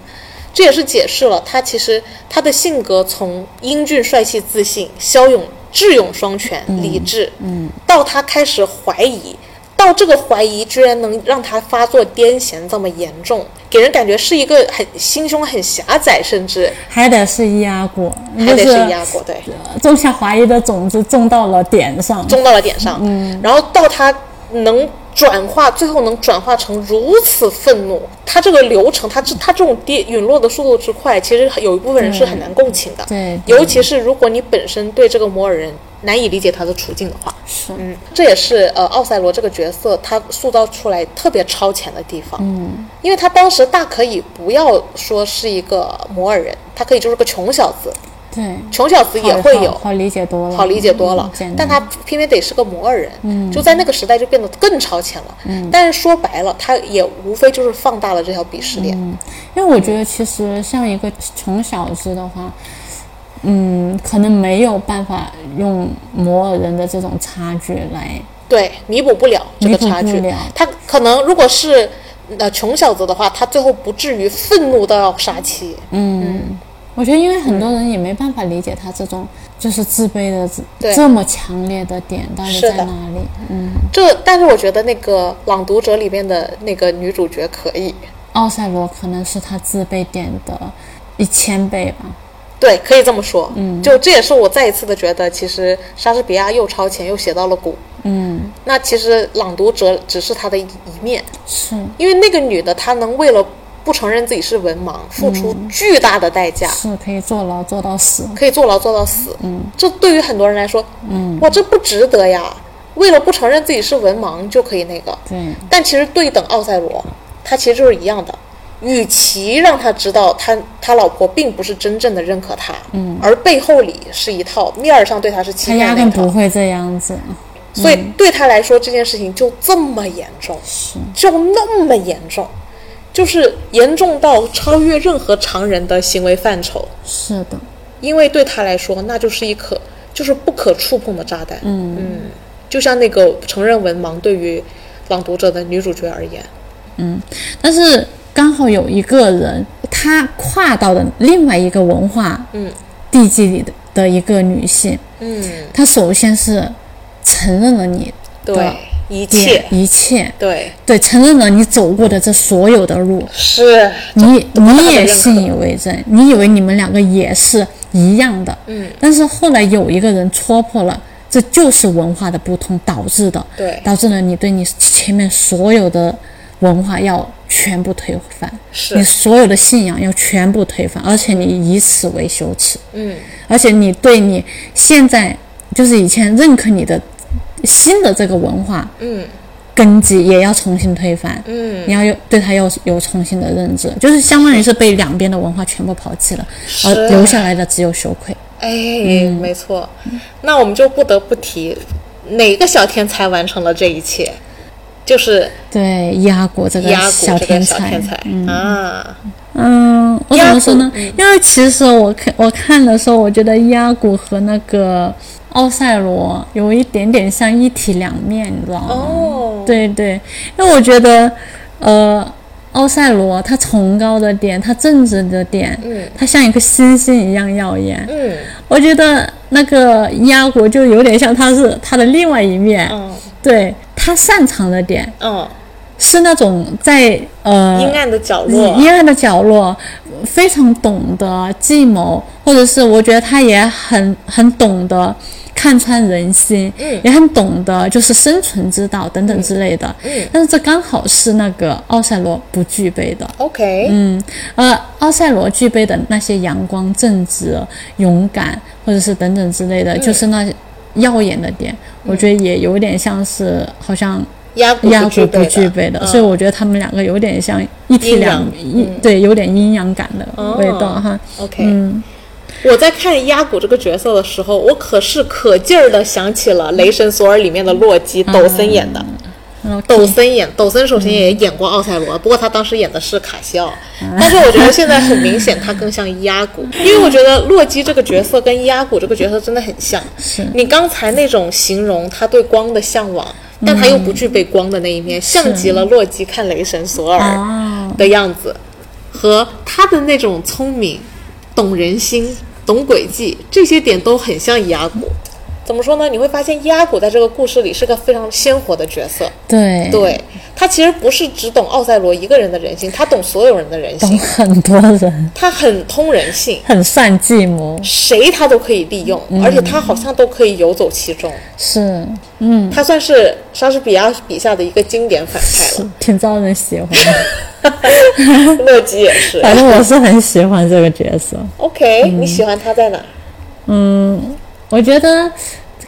这也是解释了他其实他的性格从英俊帅气、自信、骁勇、智勇双全、理智，嗯，到他开始怀疑，到这个怀疑居然能让他发作癫痫这么严重，给人感觉是一个很心胸很狭窄，甚至
还得是易压过，
还得
就是
压过，对。
种下怀疑的种子，种到了点上。
中到了点上，然后到他能转化，最后能转化成如此愤怒，他这个流程，他这他这种跌陨落的速度之快，其实有一部分人是很难共情的，
对对
尤其是如果你本身对这个摩尔人难以理解他的处境的话，
是，
嗯，这也是呃奥赛罗这个角色他塑造出来特别超前的地方，嗯，因为他当时大可以不要说是一个摩尔人，他可以就是个穷小子，
对，
穷小子也会有
好，好理解多了，
好理解多了
嗯简，
但
单
他偏偏得是个摩尔人，就在那个时代就变得更超前了。
嗯
但是说白了，他也无非就是放大了这条鄙视链。
嗯因为我觉得其实像一个穷小子的话，嗯，可能没有办法用摩尔人的这种差距来，
对，弥补不了这个差
弥
距
补不了。
他可能如果是呃穷小子的话，他最后不至于愤怒到要杀妻。
嗯我觉得因为很多
嗯
人也没办法理解他这种就是自卑的这
对
这么强烈的点到底
是
在
的
哪里，嗯，
这，但是我觉得那个《朗读者》里面的那个女主角可以，
奥赛罗可能是他自卑点的一千倍吧，
对，可以这么说。嗯，就这也是我再一次的觉得，其实莎士比亚又超前又写到了骨。
嗯，
那其实《朗读者》只是他的一一面。
是
因为那个女的她能为了不承认自己是文盲，付出巨大的代价，
嗯是可以坐牢坐到死，
可以坐牢坐到死。嗯，这对于很多人来说，嗯，哇，这不值得呀！为了不承认自己是文盲就可以那个，
对，
但其实对等奥赛罗，他其实就是一样的。与其让他知道他他老婆并不是真正的认可他，嗯，而背后里是一套面儿上对他是
他
欺
压
骗
根
那
不
套，
会嗯这样子，
所以对他来说这件事情就这么严重，
是
就那么严重，就是严重到超越任何常人的行为范畴，
是的。
因为对他来说，那就是一颗就是不可触碰的炸弹。嗯就像那个承认文盲对于朗读者的女主角而言，
但是刚好有一个人，她跨到了另外一个文化，
嗯，
地基里的的一个女性，
嗯，
她首先是承认了你
对，
的
一
一
切，
一切，
对，
对，承认了你走过的这所有的路，
是，
你你也
认可
信以为真，你以为你们两个也是一样的，
嗯，
但是后来有一个人戳破了。这就是文化的不同导致的，
对
导致了你对你前面所有的文化要全部推翻，
是
你所有的信仰要全部推翻，而且你以此为羞耻，
嗯，
而且你对你现在就是以前认可你的新的这个文化
嗯
根基也要重新推翻，
嗯，
你要有对它要有重新的认知，就是相当于是被两边的文化全部抛弃了，而
是
留下来的只有羞愧。
哎，没错。那我们就不得不提哪个小天才完成了这一切，就是
对，压过这个
压
小
谷这个
天
呃小
才
天。才啊，
嗯，我怎
压
么
谷
说呢？因为其实我看我看的时候，我觉得压谷和那个奥赛罗有一点点像一体两面，你知道吗？
哦，
对对，因为我觉得，呃，奥赛罗他崇高的点，他正直的点，
嗯
他像一颗星星一样耀眼。
嗯
我觉得那个压国就有点像他是他的另外一面，
嗯
对他擅长的点
嗯，
是那种在呃
阴暗的角落，
阴暗的角落，非常懂得计谋，或者是我觉得他也很很懂得看穿人心，
嗯
也很懂得就是生存之道等等之类的。
嗯
但是这刚好是那个奥赛罗不具备的。
，OK，
嗯，呃，奥赛罗具备的那些阳光、正直、勇敢，或者是等等之类
嗯
的，就是那耀眼的点，我觉得也有点像是好像
压谷
亚
不具
古不
备
具
的嗯
备的，所以我觉得他们两个有点像一体两一，对，有点阴阳感的
哦
味道、哈。
OK，我
嗯
在看压谷这个角色的时候，我可是可劲儿的想起了《雷神索尔》里面的洛基，
嗯
抖森演的。
然后
抖森演抖森，首先
嗯
也演过奥赛罗，不过他当时演的是卡西奥。但是我觉得现在很明显，他更像压谷，因为我觉得洛基这个角色跟压谷这个角色真的很像。
是
你刚才那种形容他对光的向往，
嗯
但他又不具备光的那一面，像极了洛基看《雷神索尔》
哦，
的样子，和他的那种聪明、懂人心、懂诡计这些点都很像雅古。怎么说呢？你会发现雅古在这个故事里是个非常鲜活的角色。
对，
对他其实不是只懂奥赛罗一个人的人性，他懂所有人的人
懂
性，
很多人，
他很通人性，
很算计谋，
谁他都可以利用，
嗯
而且他好像都可以游走其中。
是，嗯，
他算是莎士比亚笔下的一个经典反派
是挺招人喜欢的。
了，洛基也是。
反正我是很喜欢这个角色，
OK，你喜欢他在哪儿？
嗯，我觉得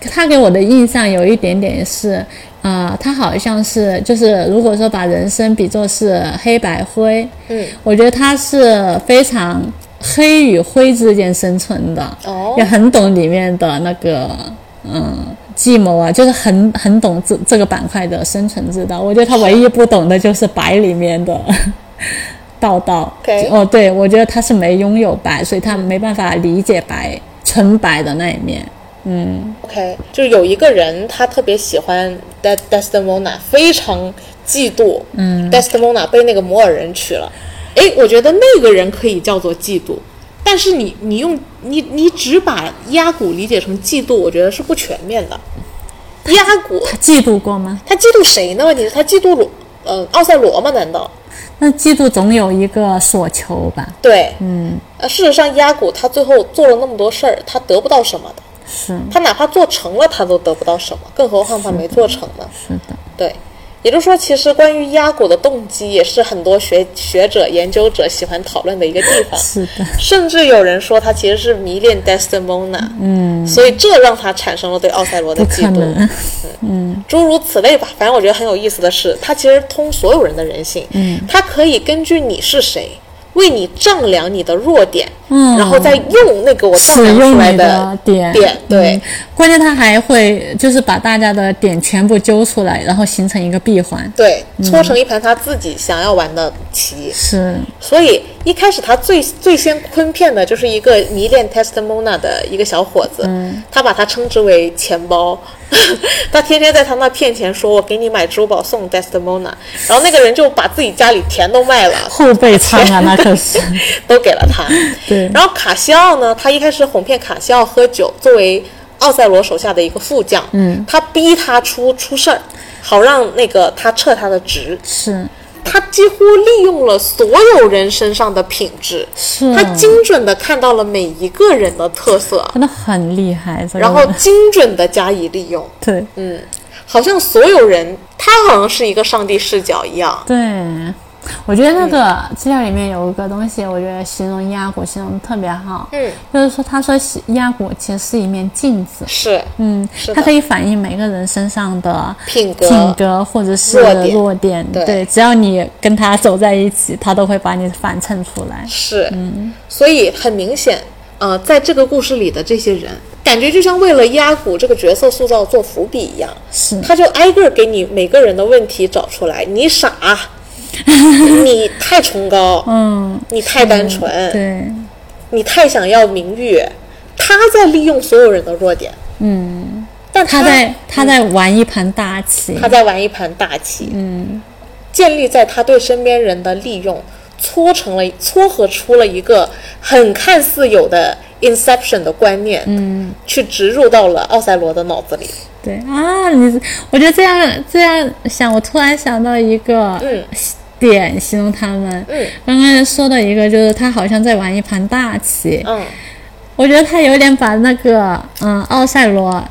他给我的印象有一点点是，啊，他好像是就是如果说把人生比作是黑白灰，
嗯，
我觉得他是非常黑与灰之间生存的，
哦
也很懂里面的那个嗯计谋啊，就是很很懂这这个板块的生存之道。我觉得他唯一不懂的就是白里面的 道道。
OK
哦，对，我觉得他是没拥有白，所以他没办法理解白纯白的那一面。
OK，就是有一个人，他特别喜欢 De Desdemona，非常嫉妒，嗯，Desdemona 被那个摩尔人娶了。诶，我觉得那个人可以叫做嫉妒，但是你你用你你只把压谷理解成嫉妒，我觉得是不全面的。压谷
他嫉妒过吗？
他嫉妒谁呢？问题是，他嫉妒罗，呃，奥赛罗吗？难道？
那嫉妒总有一个所求吧？
对，嗯，呃，事实上，压谷他最后做了那么多事儿，他得不到什么的，
是
他哪怕做成了，他都得不到什么，更何况他没做成呢？
是的，
对，也就是说，其实关于压骨的动机也是很多学学者、研究者喜欢讨论的一个地方。
是的，
甚至有人说他其实是迷恋 Desdemona，嗯，所以这让他产生了对奥赛罗的
不
嫉
可
妒，嗯
能。嗯
诸如此类吧。反正我觉得很有意思的是，他其实通所有人的人性，嗯，他可以根据你是谁，为你丈量你的弱点，
嗯
然后再用那个我丈
使
量出
用
来
你的点
点，对
嗯，关键他还会就是把大家的点全部揪出来，然后形成一个闭环。
对，搓成一盘他自己想要玩的棋，
是，
所以一开始他最最先昆骗的就是一个迷恋 Testimona 的一个小伙子，他把他称之为钱包， 他天天在他那骗钱，说我给你买珠宝送 Testimona，然后那个人就把自己家里田都卖了，
后备仓啊，那可 是
都给了他。
对
然后卡西奥呢，他一开始哄骗卡西奥喝酒，作为奥赛罗手下的一个副将，嗯，他逼他出出事儿，好让那个他撤他的职，
是
他几乎利用了所有人身上的品质，
是
他精准的看到了每一个人的特色，
嗯真的很厉害，这个
然后精准的加以利用。
对，
嗯，好像所有人他好像是一个上帝视角一样。
对，我觉得那个资料里面有一个东西，我觉得形容伊拉古形容的特别好。
嗯，
就是说，他说西伊拉古其实是一面镜子，
是
嗯
是，
它
的
可以反映每个人身上的
品格
品格或者是
弱点
弱点。
对
对，只要你跟他走在一起，他都会把你反衬出来。
是，
嗯
所以很明显，呃，在这个故事里的这些人，感觉就像为了伊拉古这个角色塑造做伏笔一样，
是
他就挨个儿给你每个人的问题找出来，你傻。 你太崇高，
嗯，
你太单纯，
对，
你太想要名誉，他在利用所有人的弱点，嗯，但嗯
他在他在玩一盘大棋
他。在玩一盘大棋，嗯，建立在他对身边人的利用，撮成了撮合出了一个很看似有的 inception 的观念，嗯，去植入到了奥赛罗的脑子里，
对啊，你我觉得这样这样想，我突然想到一个
嗯
点形容他们。
嗯
刚刚说的一个就是他好像在玩一盘大棋，
嗯，
我觉得他有点把那个嗯奥赛罗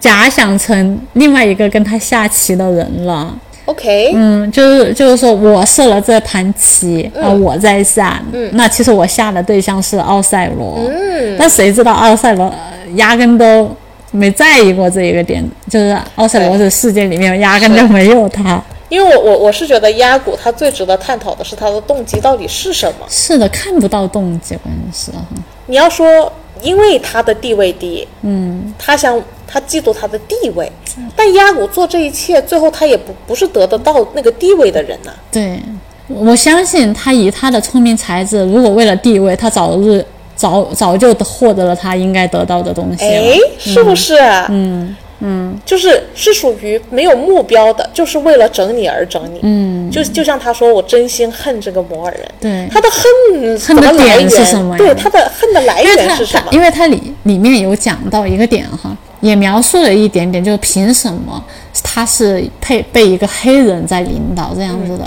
假想成另外一个跟他下棋的人了。
OK，
嗯，就是就是说我设了这盘棋，啊、我在下，那其实我下的对象是奥赛罗，嗯，但谁知道奥赛罗呃压根都没在意过这一个点，就是奥赛罗的世界里面压根就没有他。
因为我我我是觉得压古他最值得探讨的是他的动机到底是什么。
是的，看不到动机，关键是哈，
你要说，因为他的地位低，嗯，他想他嫉妒他的地位，
嗯
但压古做这一切，最后他也不不是得得到那个地位的人呐、
对，我相信他以他的聪明才智，如果为了地位，他早日早早就获得了他应该得到的东西了。
哎，是不是？嗯嗯，就是是属于没有目标的，就是为了整你而整你。嗯，就就像他说，我真心恨这个摩尔人。
对
哎他的恨
嗯恨的
怎么来
点是
源
什么呀
对，他的恨的来
因为
源
它
是什
它
么？
因为它里里面有讲到一个点哈，也描述了一点点，就是凭什么他是配被一个黑人在领导这样子的，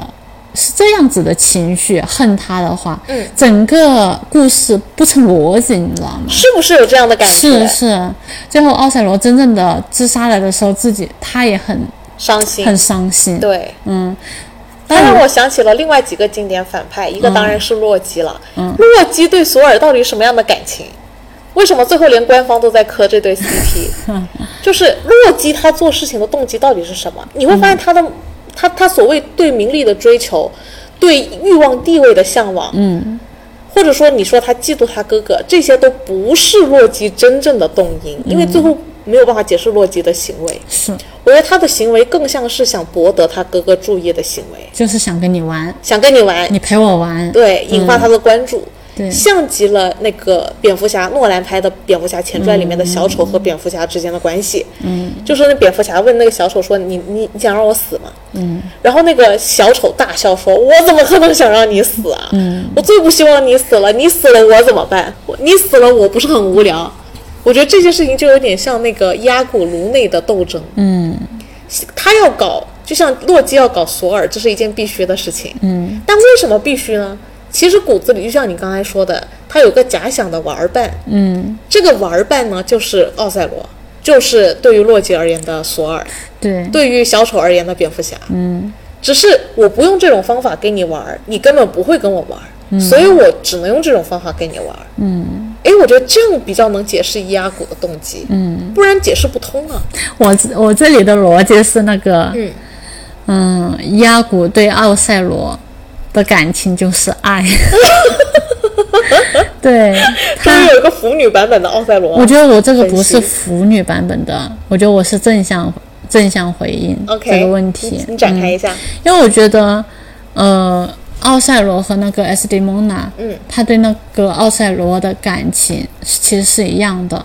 是这样子的情绪恨他的话，
嗯
整个故事不成逻辑，你知道吗？
是不是有这样的感觉？
是是，最后奥赛罗真正的自杀了的时候，自己他也很
伤心。
很伤心。
对，
嗯，
他
但
让
我
我想起了另外几个经典反派，一个当然是洛基了。洛基对索尔到底什么样的感情？为什么最后连官方都在磕这对 CP？就是洛基他做事情的动机到底是什么？你会发现他的、他他所谓对名利的追求，对欲望地位的向往，嗯，或者说你说他嫉妒他哥哥，这些都不是洛基真正的动因，因为最后没有办法解释洛基的行为。
是
我觉得他的行为更像是想博得他哥哥注意的行为。
就是想跟你玩，
想跟你嗯玩，
你陪我玩。
对，引发他的关注，
对
像极了那个蝙蝠侠诺兰拍的《蝙蝠侠前传》里面的小丑和蝙蝠侠之间的关系，嗯，就是那蝙蝠侠问那个小丑说：“你你你想让我死吗？”嗯，然后那个小丑大笑说：“我怎么可能想让你死啊？嗯，我最不希望你死了，你死了我怎么办？我你死了我不是很无聊？”我觉得这件事情就有点像那个压古颅内的斗争，
嗯
他要搞，就像洛基要搞索尔，这是一件必须的事情。嗯，但为什么必须呢？其实骨子里就像你刚才说的，他有个假想的玩伴。嗯，这个玩伴呢，就是奥赛罗，就是对于洛基而言的索尔，
对
对于小丑而言的蝙蝠侠。嗯，只是我不用这种方法跟你玩儿，你根本不会跟我玩儿，所以我只能用这种方法跟你玩儿。嗯，哎，我觉得这样比较能解释伊阿古的动机。嗯，不然解释不通啊。
我这我这里的逻辑是那个，嗯，伊阿古对奥赛罗的感情就是 爱，对
终于
他，
有一个腐女版本的奥赛罗。啊
我觉得我这个不是
分析
腐女版本的，我觉得我是正向正向回应
OK
这个问题嗯
你，你展开一下。
因为我觉得，呃，奥赛罗和那个 S D 蒙娜，
嗯，
他对那个奥赛罗的感情是其实是一样的，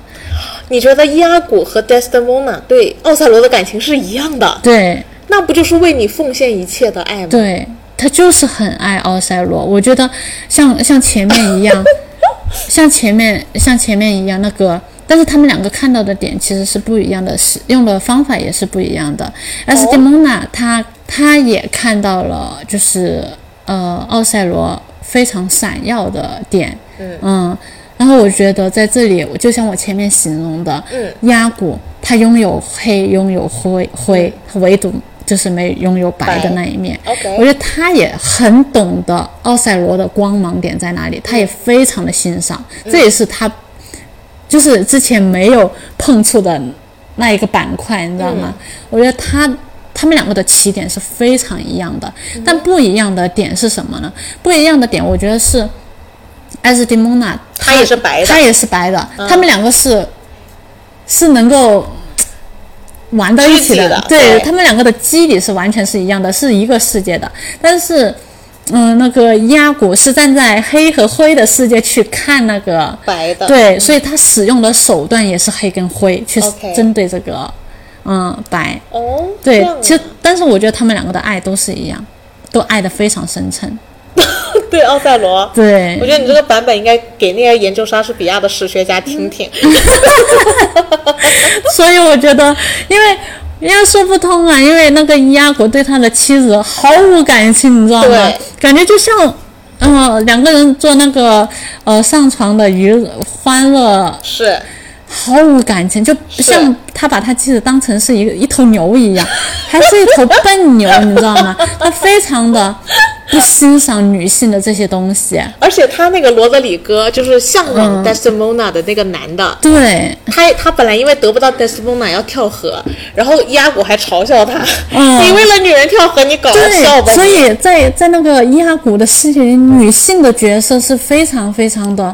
你觉得伊阿古和 Desdemona 对奥赛罗的感情是一样的，
对，
那不就是为你奉献一切的爱吗？
对他就是很爱奥赛罗，我觉得像像前面一样，像前面像前面一样那个，但是他们两个看到的点其实是不一样的，使用的方法也是不一样的。而是 Demona 她她也看到了，就是呃奥赛罗非常闪耀的点，嗯然后我觉得在这里，我就像我前面形容的，
嗯
压骨。他拥有黑，拥有灰灰，他唯独就是没拥有白的
白
那一面。
OK
我觉得他也很懂得奥赛罗的光芒点在哪里，他也非常的欣赏，
嗯
这也是他就是之前没有碰触的那一个板块，你知道
嗯
吗？我觉得他他们两个的起点是非常一样的，
嗯
但不一样的点是什么呢？不一样的点，我觉得是艾斯蒂蒙娜，
她也是白的嗯
她也是白的，他们两个是是能够。玩到一起
积极
的，
的
对
对
他们两个的基底是完全是一样的，是一个世界的。但是，嗯，那个亚古是站在黑和灰的世界去看那个
白的
对，所以他使用的手段也是黑跟灰去
OK
针对这个，嗯，白。
哦，这
对
样，啊
其实但是我觉得他们两个的爱都是一样，都爱的非常深沉。
对奥赛罗，
对
我，觉得你这个版本应该给那些研究莎士比亚的史学家听听。
嗯 所以我觉得，因为因为说不通啊，因为那个伊阿国对他的妻子毫无感情，你知道吗
对？
感觉就像，呃，两个人做那个呃上床的娱乐欢乐
是，
毫无感情，就不像他把他妻子当成是一个一头牛一样， 还是一头笨牛，你知道吗？他非常的不欣赏女性的这些东西，
而且他那个罗德里戈就是向
嗯
往 Desdemona 的那个男的，
对，
他他本来因为得不到 Desdemona 要跳河，然后压古还嘲笑他，
嗯
你为了女人跳河，你搞笑吧
对，？所以在在那个伊哈古的世界里，女性的角色是非常非常的，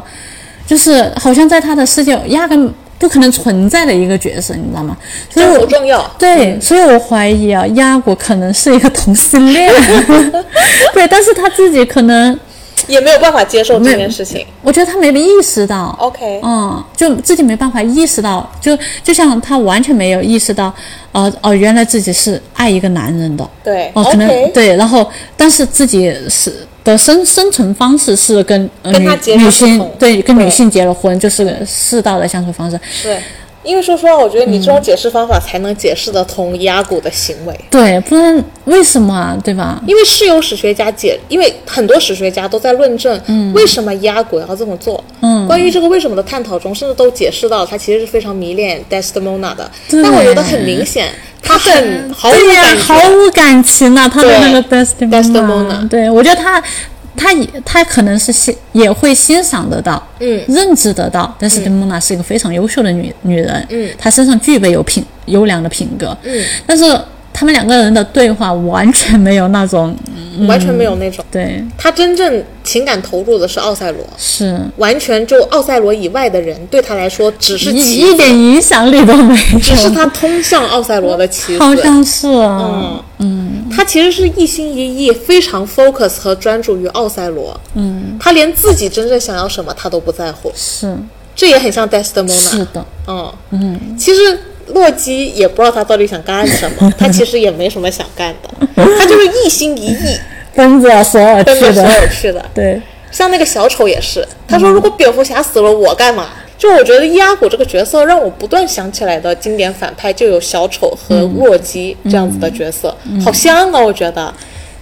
就是好像在他的世界压根不可能存在的一个角色，你知道吗？所以
这
我
不重要。嗯
对，所以我怀疑啊，亚果可能是一个同性恋， 对，但是他自己可能，
也没有办法接受这件事情。
我觉得他没意识到
OK
嗯，就自己没办法意识到，就就像他完全没有意识到，呃哦，原来自己是爱一个男人的，
对
哦，可能
OK
对，然后但是自己是的生生存方式是跟、呃、
跟
女
他截然
女
不
性
同
对跟
对
女性结了婚，就是世道的相处方式，
对，因为说实话，我觉得你这种解释方法才能解释得通压古的行为。
对，不然为什么啊，对吧？
因为是有史学家解，因为很多史学家都在论证，
嗯
为什么压古要这么做。嗯，关于这个为什么的探讨中，甚至都解释到他其实是非常迷恋 Desdemona 的。
对
但我觉得很明显，他很毫无
嗯对呀、
感觉。
毫无感情呐、他的那个 Desdemona，
Desdemona
对我觉得他。他也他可能是欣也会欣赏得到，嗯，认知得到。
嗯
但是 d e m o n a 是一个非常优秀的女女人，嗯，她身上具备有品优良的品格，嗯。但是他们两个人的对话完全没有那种，
完全没有那种。
对，
他真正情感投入的是奥赛罗，
是
完全就奥赛罗以外的人对他来说只是
一
棋
一
子，
点影响力都没有，
只是他通向奥赛罗的棋
好
子。
像是啊，
嗯，他其实是一心一意，非常 focus 和专注于奥赛罗。嗯，他连自己真正想要什么他都不在乎，
是
这也很像 Desdemona。
是的，
嗯嗯，其实洛基也不知道他到底想干什么，他其实也没什么想干的，他就是一心一意
奔着索尔
奔
啊去
着所
的，
有去的。
对，
像那个小丑也是，他说如果蝙蝠侠死了，我干嘛？就我觉得伊阿古这个角色让我不断想起来的经典反派就有小丑和洛基
嗯
这样子的角色，好像啊，我觉得，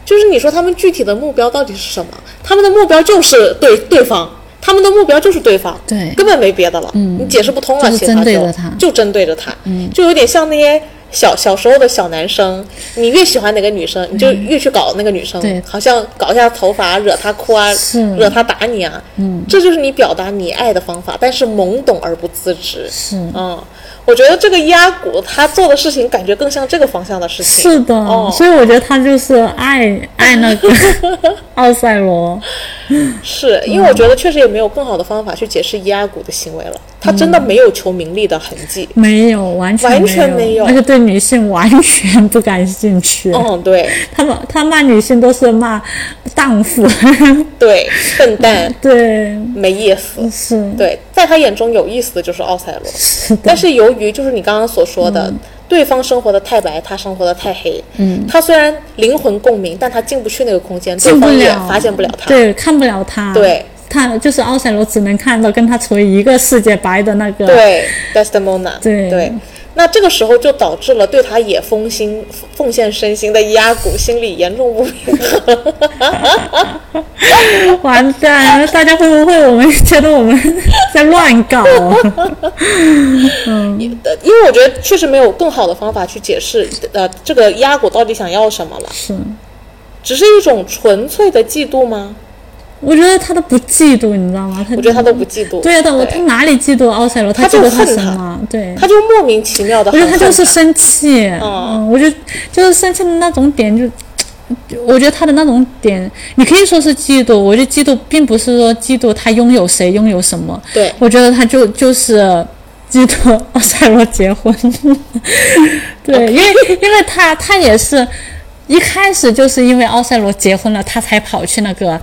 就是你说他们具体的目标到底是什么？他们的目标就是对对方，他们的目标就是对方，
对嗯
根本没别的了，你解释不通了，
就是
其他
针对
就
着他嗯
就针对着他，就有点像那些小小时候的小男生，你越喜欢哪个女生，你就越去搞那个女生，
嗯对
好像搞一下头发，惹她哭啊
是，
惹她打你啊，嗯，这就是你表达你爱的方法，但是懵懂而不自知，
是
嗯，我觉得这个压骨他做的事情，感觉更像这个方向的事情，
是的，
哦
所以我觉得他就是爱爱那 个奥赛罗，
是因为我觉得确实也没有更好的方法去解释压骨的行为了，他真
嗯
的没有求名利的痕迹，
没有，完全
完全没有
而且对女性完全不感兴趣。
嗯，对
他们他骂女性都是骂荡妇，
对，笨蛋
对，
没意思，
是，
对，在他眼中有意思的就是奥赛罗，
是的
但，是由于就是你刚刚所说
嗯
的，对方生活的太白，他生活的太黑，嗯，他虽然灵魂共鸣，但他进不去那个空间，对
进不
方也
了，
发现不了他，
对，看不了他，
对。
他就是奥赛罗，只能看到跟他处于一个世界白的那个，
对，Desdemona，
对
对。那这个时候就导致了对他也奉心奉献身心的伊阿古心理严重不平衡。
完蛋了，大家会不会我们觉得我们 在乱 搞？
呃因为我觉得确实没有更好的方法去解释，呃，这个伊阿古到底想要什么了？
是，
只是一种纯粹的嫉妒吗？
我觉得他都不嫉妒，你知道吗？他
我觉得他都不嫉妒。
对啊，他我他哪里嫉妒奥赛罗？他
他
嫉
就
妒他
恨
什
他
么？对，
他就莫名其妙的，
我觉得他就是生气，
哦
嗯，我觉得就是生气的那种点就。我觉得他的那种点，你可以说是嫉妒。我觉得嫉妒并不是说嫉妒他拥有谁拥有什么，
对
我觉得他就就是嫉妒奥赛罗结婚。 对，因为因为他他也是一开始就是因为奥赛罗结婚了，他才跑去那个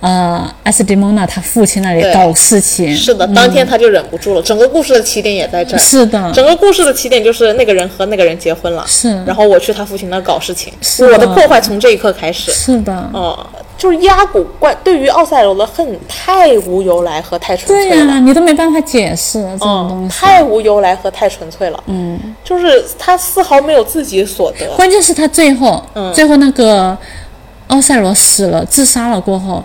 呃埃斯迪蒙娜他父亲那里
对
搞事情。
是的，当天他就忍不住了。整个故事的起点也在这儿。
是的
整个故事的起点就是那个人和那个人结婚了，
是
然后我去他父亲那儿搞事情，
是
我的
的
破坏从这一刻开始。
是的，
哦、就是压古怪对于奥赛罗的恨太无由来和太纯
对
粹
呀、
了。
你都没办法解释这种
嗯，
东西。
太无由来和太纯粹了。嗯，就是他丝毫没有自己所得。
关键是他最后，
嗯
最后那个奥赛罗死了，自杀了过后，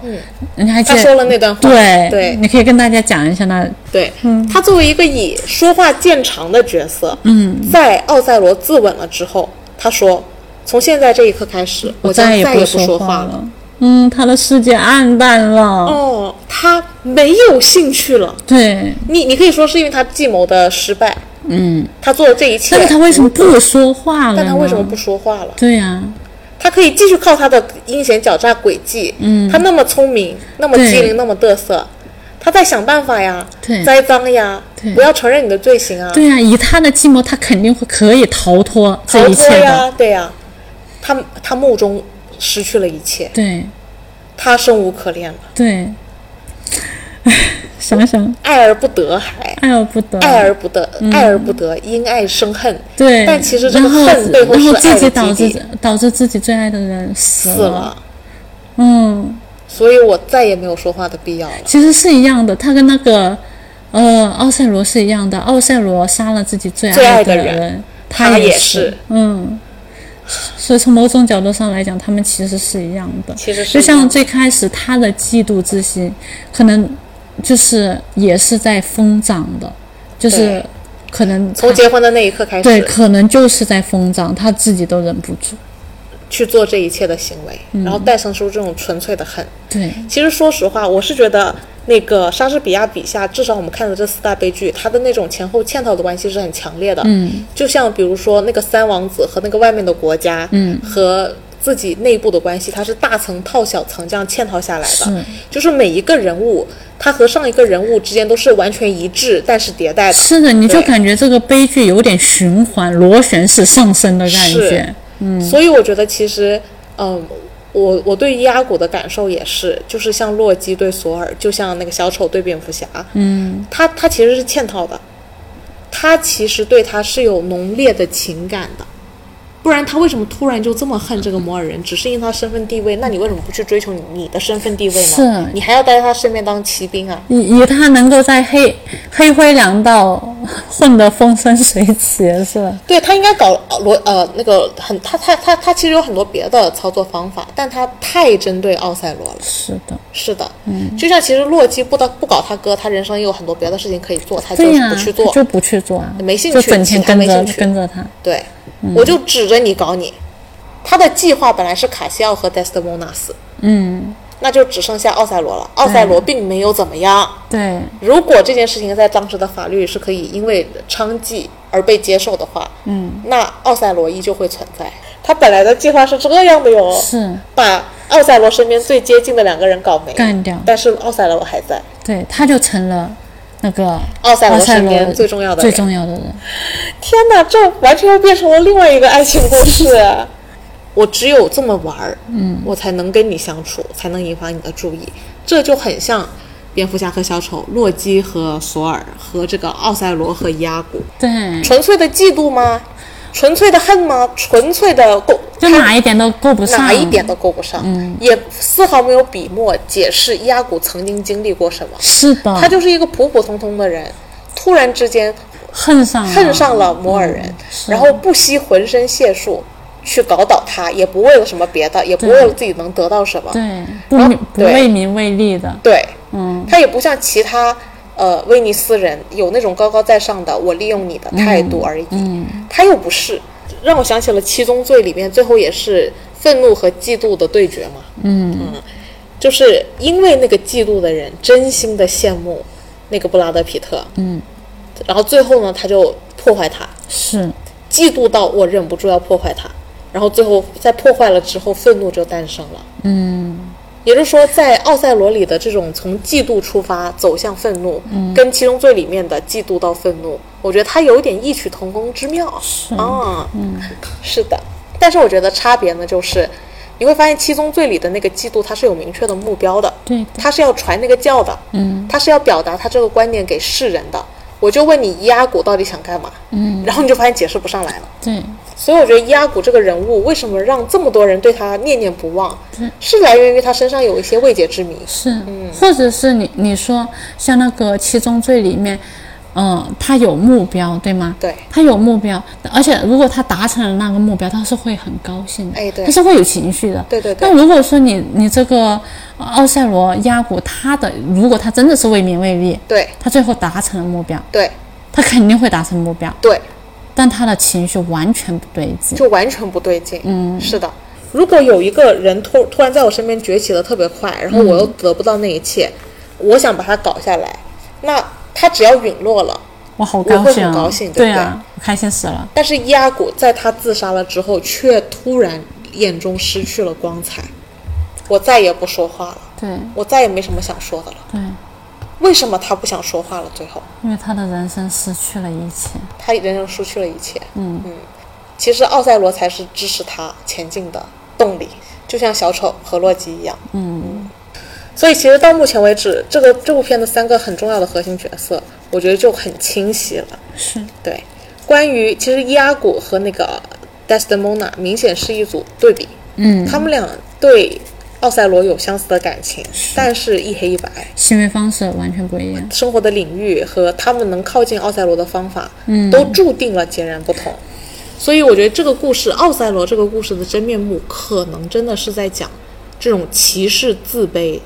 你还记
嗯他
得
说了那段话，
对嗯
对
你可以跟大家讲一下那
对，他作为一个以说话见长的角色，嗯，在奥赛罗自刎了之后，他说：“从现在这一刻开始，我将
再
再
不
不说
话
了。。
嗯，他的世界暗淡了。”
哦，他没有兴趣了。
对，
你你可以说是因为他计谋的失败，嗯，他做了这一切，
但是他嗯为什么不说话了？
但他为什么？不嗯说话了？
对呀、
他可以继续靠他的阴险狡诈诡计，嗯，他那么聪明，那么机
对
灵，那么得瑟，他在想办法呀
对，
栽赃呀
对，
不要承认你的罪行啊，
对呀、以他的计谋，他肯定会可以逃脱
逃
这一
脱
切的。
呀，对呀，他他目中失去了一切，
对
他生无可恋了，
对，唉想想
爱而不得还。
爱而不得，
爱而不得，爱而不得，因爱生恨。
对，
但其实这
然
个
后
恨背后
然后
是爱
自己
的
导
基
致
底，
导致自己最爱的人死
死了。
嗯，
所以我再也没有说话的必要了。
其实是一样的，他跟那个呃奥赛罗是一样的，奥赛罗杀了自己最
最
爱
爱
的
的
人，
人
他
他也
是
是，
嗯。所以从某种角度上来讲，他们其实是一样的。
其实是
就
一
像
样
最开始他的嫉妒之心，可能就是也是在疯长的，就是
对
可能他
从结婚的那一刻开
对，
始，
可能就是在疯长，他自己都忍不住。
去做这一切的行为，然后诞生出这种纯粹的恨。
对，
其实说实话，我是觉得那个莎士比亚笔下，至少我们看的这四大悲剧，它的那种前后嵌套的关系是很强烈的。嗯，就像比如说那个三王子和那个外面的国家，嗯，和自己内部的关系，它是大层套小层这样嵌套下来
是
的。就是每一个人物，他和上一个人物之间都是完全一致，但是迭代的。
是的，你就
对
感觉这个悲剧有点循环、螺旋式上升的感觉
是。所以我觉得其实，嗯，我我对伊阿古的感受也是，就是像洛基对索尔，就像那个小丑对蝙蝠侠，嗯，他他其实是嵌套的，他其实对他是有浓烈的情感的。不然他为什么突然就这么恨这个摩尔人？只是因为他身份地位？那你为什么不去追求你的身份地位呢？
是
你还要待在他身边当骑兵啊？
以以他能够在黑黑灰狼道混得风生水起，是吧？
对他应该搞罗呃那个很他他他他其实有很多别的操作方法，但他太针对奥赛罗了。
是的，
是的，嗯，就像其实洛基不当不搞他哥，他人生也有很多别的事情可以做，他就
对
是
呀、
不去做。
就不去做啊，
没兴
就
趣
整天
其他
跟
没
着
兴趣
跟着他。
对，
嗯
我就指着你搞你。他的计划本来是卡西奥和 Desdemona 死，嗯，那就只剩下奥赛罗了。奥赛罗并没有怎么样。
对，
如果这件事情在当时的法律是可以因为娼妓而被接受的话，嗯，那奥赛罗依旧会存在。他本来的计划是这样的哟，
是
把奥赛罗身边最接近的两个人搞没了
干掉
但是奥赛罗还在。
对，他就成了那个
奥赛罗
奥赛
身边
罗
最重要的
最
人
重要的人。
天哪，这完全又变成了另外一个爱情故事。 我只有这么玩儿，嗯，我才能跟你相处，才能引发你的注意。这就很像蝙蝠侠和小丑、洛基和索尔和这个奥赛罗和伊阿古，
对，
纯粹的嫉妒吗？纯粹的恨吗？纯粹的够，
就哪一点都够不上，
哪一点都够不上，嗯，也丝毫没有笔墨解释伊阿古曾经经历过什么。
是的，
他就是一个普普通通的人，突然之间
恨上了，
恨上了摩尔人，
嗯是
然后不惜浑身解数去搞倒他，也不为了什么别的，也不
对
为了自己能得到什么。
对，不
然后
民不
对
为民为利的，
对，
嗯，
他也不像其他呃威尼斯人有那种高高在上的我利用你的态
嗯
度而已，他又不是，让我想起了《七宗罪》里面最后也是愤怒和嫉妒的对决嘛，嗯就是因为那个嫉妒的人真心的羡慕那个布拉德皮特，嗯，然后最后呢他就破坏他，
是
嫉妒到我忍不住要破坏它，然后最后在破坏了之后，愤怒就诞生了。嗯，也就是说，在奥赛罗里的这种从嫉妒出发走向愤怒，跟七宗罪里面的嫉妒到愤怒，我觉得它有点异曲同工之妙。是啊，嗯，是的。但是我觉得差别呢，就是你会发现七宗罪里的那个嫉妒，它是有明确的目标的。
对的
他是要传那个教的，嗯，他是要表达他这个观点给世人的。我就问你，伊阿古到底想干嘛？嗯，然后你就发现解释不上来了。
对，
所以我觉得伊阿古这个人物为什么让这么多人对他念念不忘，是来源于他身上有一些未解之谜。
是，
嗯
或者是你你说像那个《七宗罪》里面，嗯、他有目标，对吗？
对
他有目标，而且如果他达成了那个目标，他是会很高兴的，
哎对
他是会有情绪的，
对对对
但如果说你你这个呃奥赛罗亚古，他的如果他真的是为民为利，
对
他最后达成了目标，
对
他肯定会达成目标，
对，
但他的情绪完全不对劲，
就完全不对劲。嗯，是的。如果有一个人突突然在我身边崛起的特别快，然后我又得不到那一切，我想把他搞下来，那他只要陨落了，
我好
会
高兴啊，
很高兴对不
对
对
啊，我开心死了，
但是伊阿古在他自杀了之后，却突然眼中失去了光彩。我再也不说话了，
对
我再也没什么想说的了。
对，
为什么他不想说话了？最后，
因为他的人生失去了一切。
他人生失去了一切。嗯嗯，其实奥赛罗才是支持他前进的动力，就像小丑和洛基一样。嗯。所以，其实到目前为止，这个这部片的三个很重要的核心角色，我觉得就很清晰了。
是
对，关于其实伊阿古和那个 Desdemona 明显是一组对比，嗯，他们俩对奥赛罗有相似的感情，但是一黑一白，
行为方式完全不一样。
生活的领域和他们能靠近奥赛罗的方法，嗯，都注定了截然不同。所以我觉得这个故事，奥赛罗这个故事的真面目，可能真的是在讲这种歧视、自卑、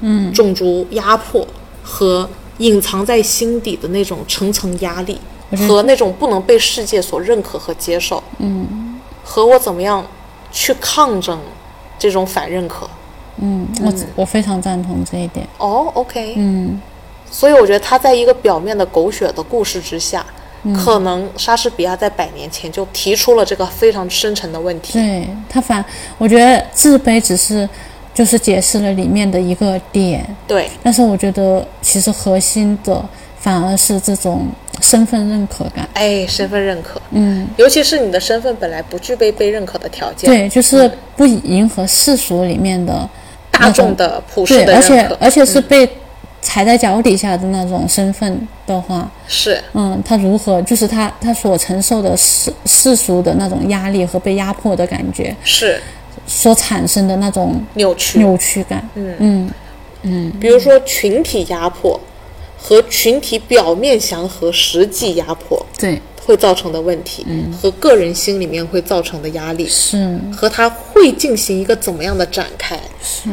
嗯，种族压迫和隐藏在心底的那种层层压力，和那种不能被世界所认可和接受，嗯，和我怎么样去抗争这种反认可，
嗯，我我非常赞同这一点。
哦，OK，嗯，所以我觉得他在一个表面的狗血的故事之下，
嗯
可能莎士比亚在百年前就提出了这个非常深沉的问题。
对他反，我觉得自卑只是就是解释了里面的一个点，
对
但是我觉得其实核心的反而是这种身份认可感。
哎，身份认可，嗯，尤其是你的身份本来不具备被认可的条件，
对，就是不迎合世俗里面的
大
那种
众的普世
对，
的
而且
认可，
而且是被踩在脚底下的那种身份的话，
是
嗯，他如何就是他他所承受的世世俗的那种压力和被压迫的感觉
是
所产生的那种
扭曲。
扭曲感。嗯嗯，
比如说群体压迫和群体表面祥和，实际压迫
对，
会造成的问题，
嗯
和个人心里面会造成的压力，
是
和他会进行一个怎么样的展开？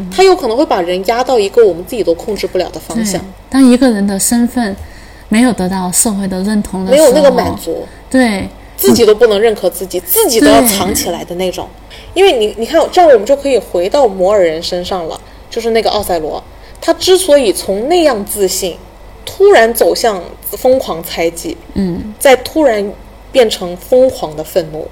他有可能会把人压到一个我们自己都控制不了的方
对
向，。
嗯当一个人的身份没有得到社会的认同的
没
时
有
候，
那个满，足，
对
自己都不能认可自己，自己都要藏起来的那种。因为你，你看，这样我们就可以回到摩尔人身上了，就是那个奥赛罗，他之所以从那样自信，突然走向疯狂猜忌，嗯，再突然变成疯狂的愤怒。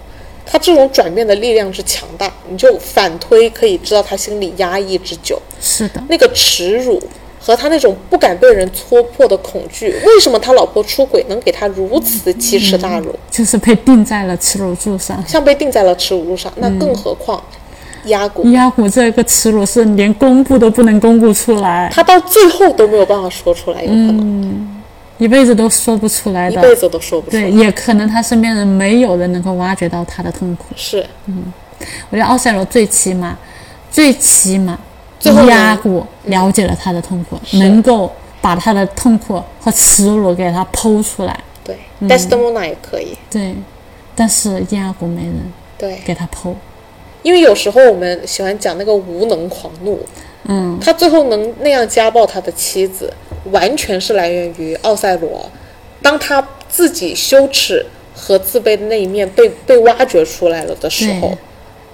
他这种转变的力量之强大，你就反推可以知道他心里压抑之久。
是的，
那个耻辱和他那种不敢被人戳破的恐惧，为什么他老婆出轨能给他如此奇耻大辱，
就是被钉在了耻辱柱上。
像被钉在了耻辱路上？那
嗯
更何况压骨，
压虎这个耻辱是连公布都不能公布出来，
他到最后都没有办法说出来，有可能
一辈子都说不出来
一
的。
辈子都说不出
嗯对，
来。
也可能他身边人没有人能够挖掘到他的痛苦。
是，
我觉得奥赛罗最起码，最起码，
最后呢
压过了解了他的痛苦，能够把他的痛苦和耻辱给他剖出来。
对、d e s d e m o n a 也可以，
对，但是亚古没人
对，
给他剖，
因为有时候我们喜欢讲那个无能狂怒，
嗯，
他最后能那样家暴他的妻子，完全是来源于奥赛罗，当他自己羞耻和自卑的那一面被被挖掘出来了的时候
对，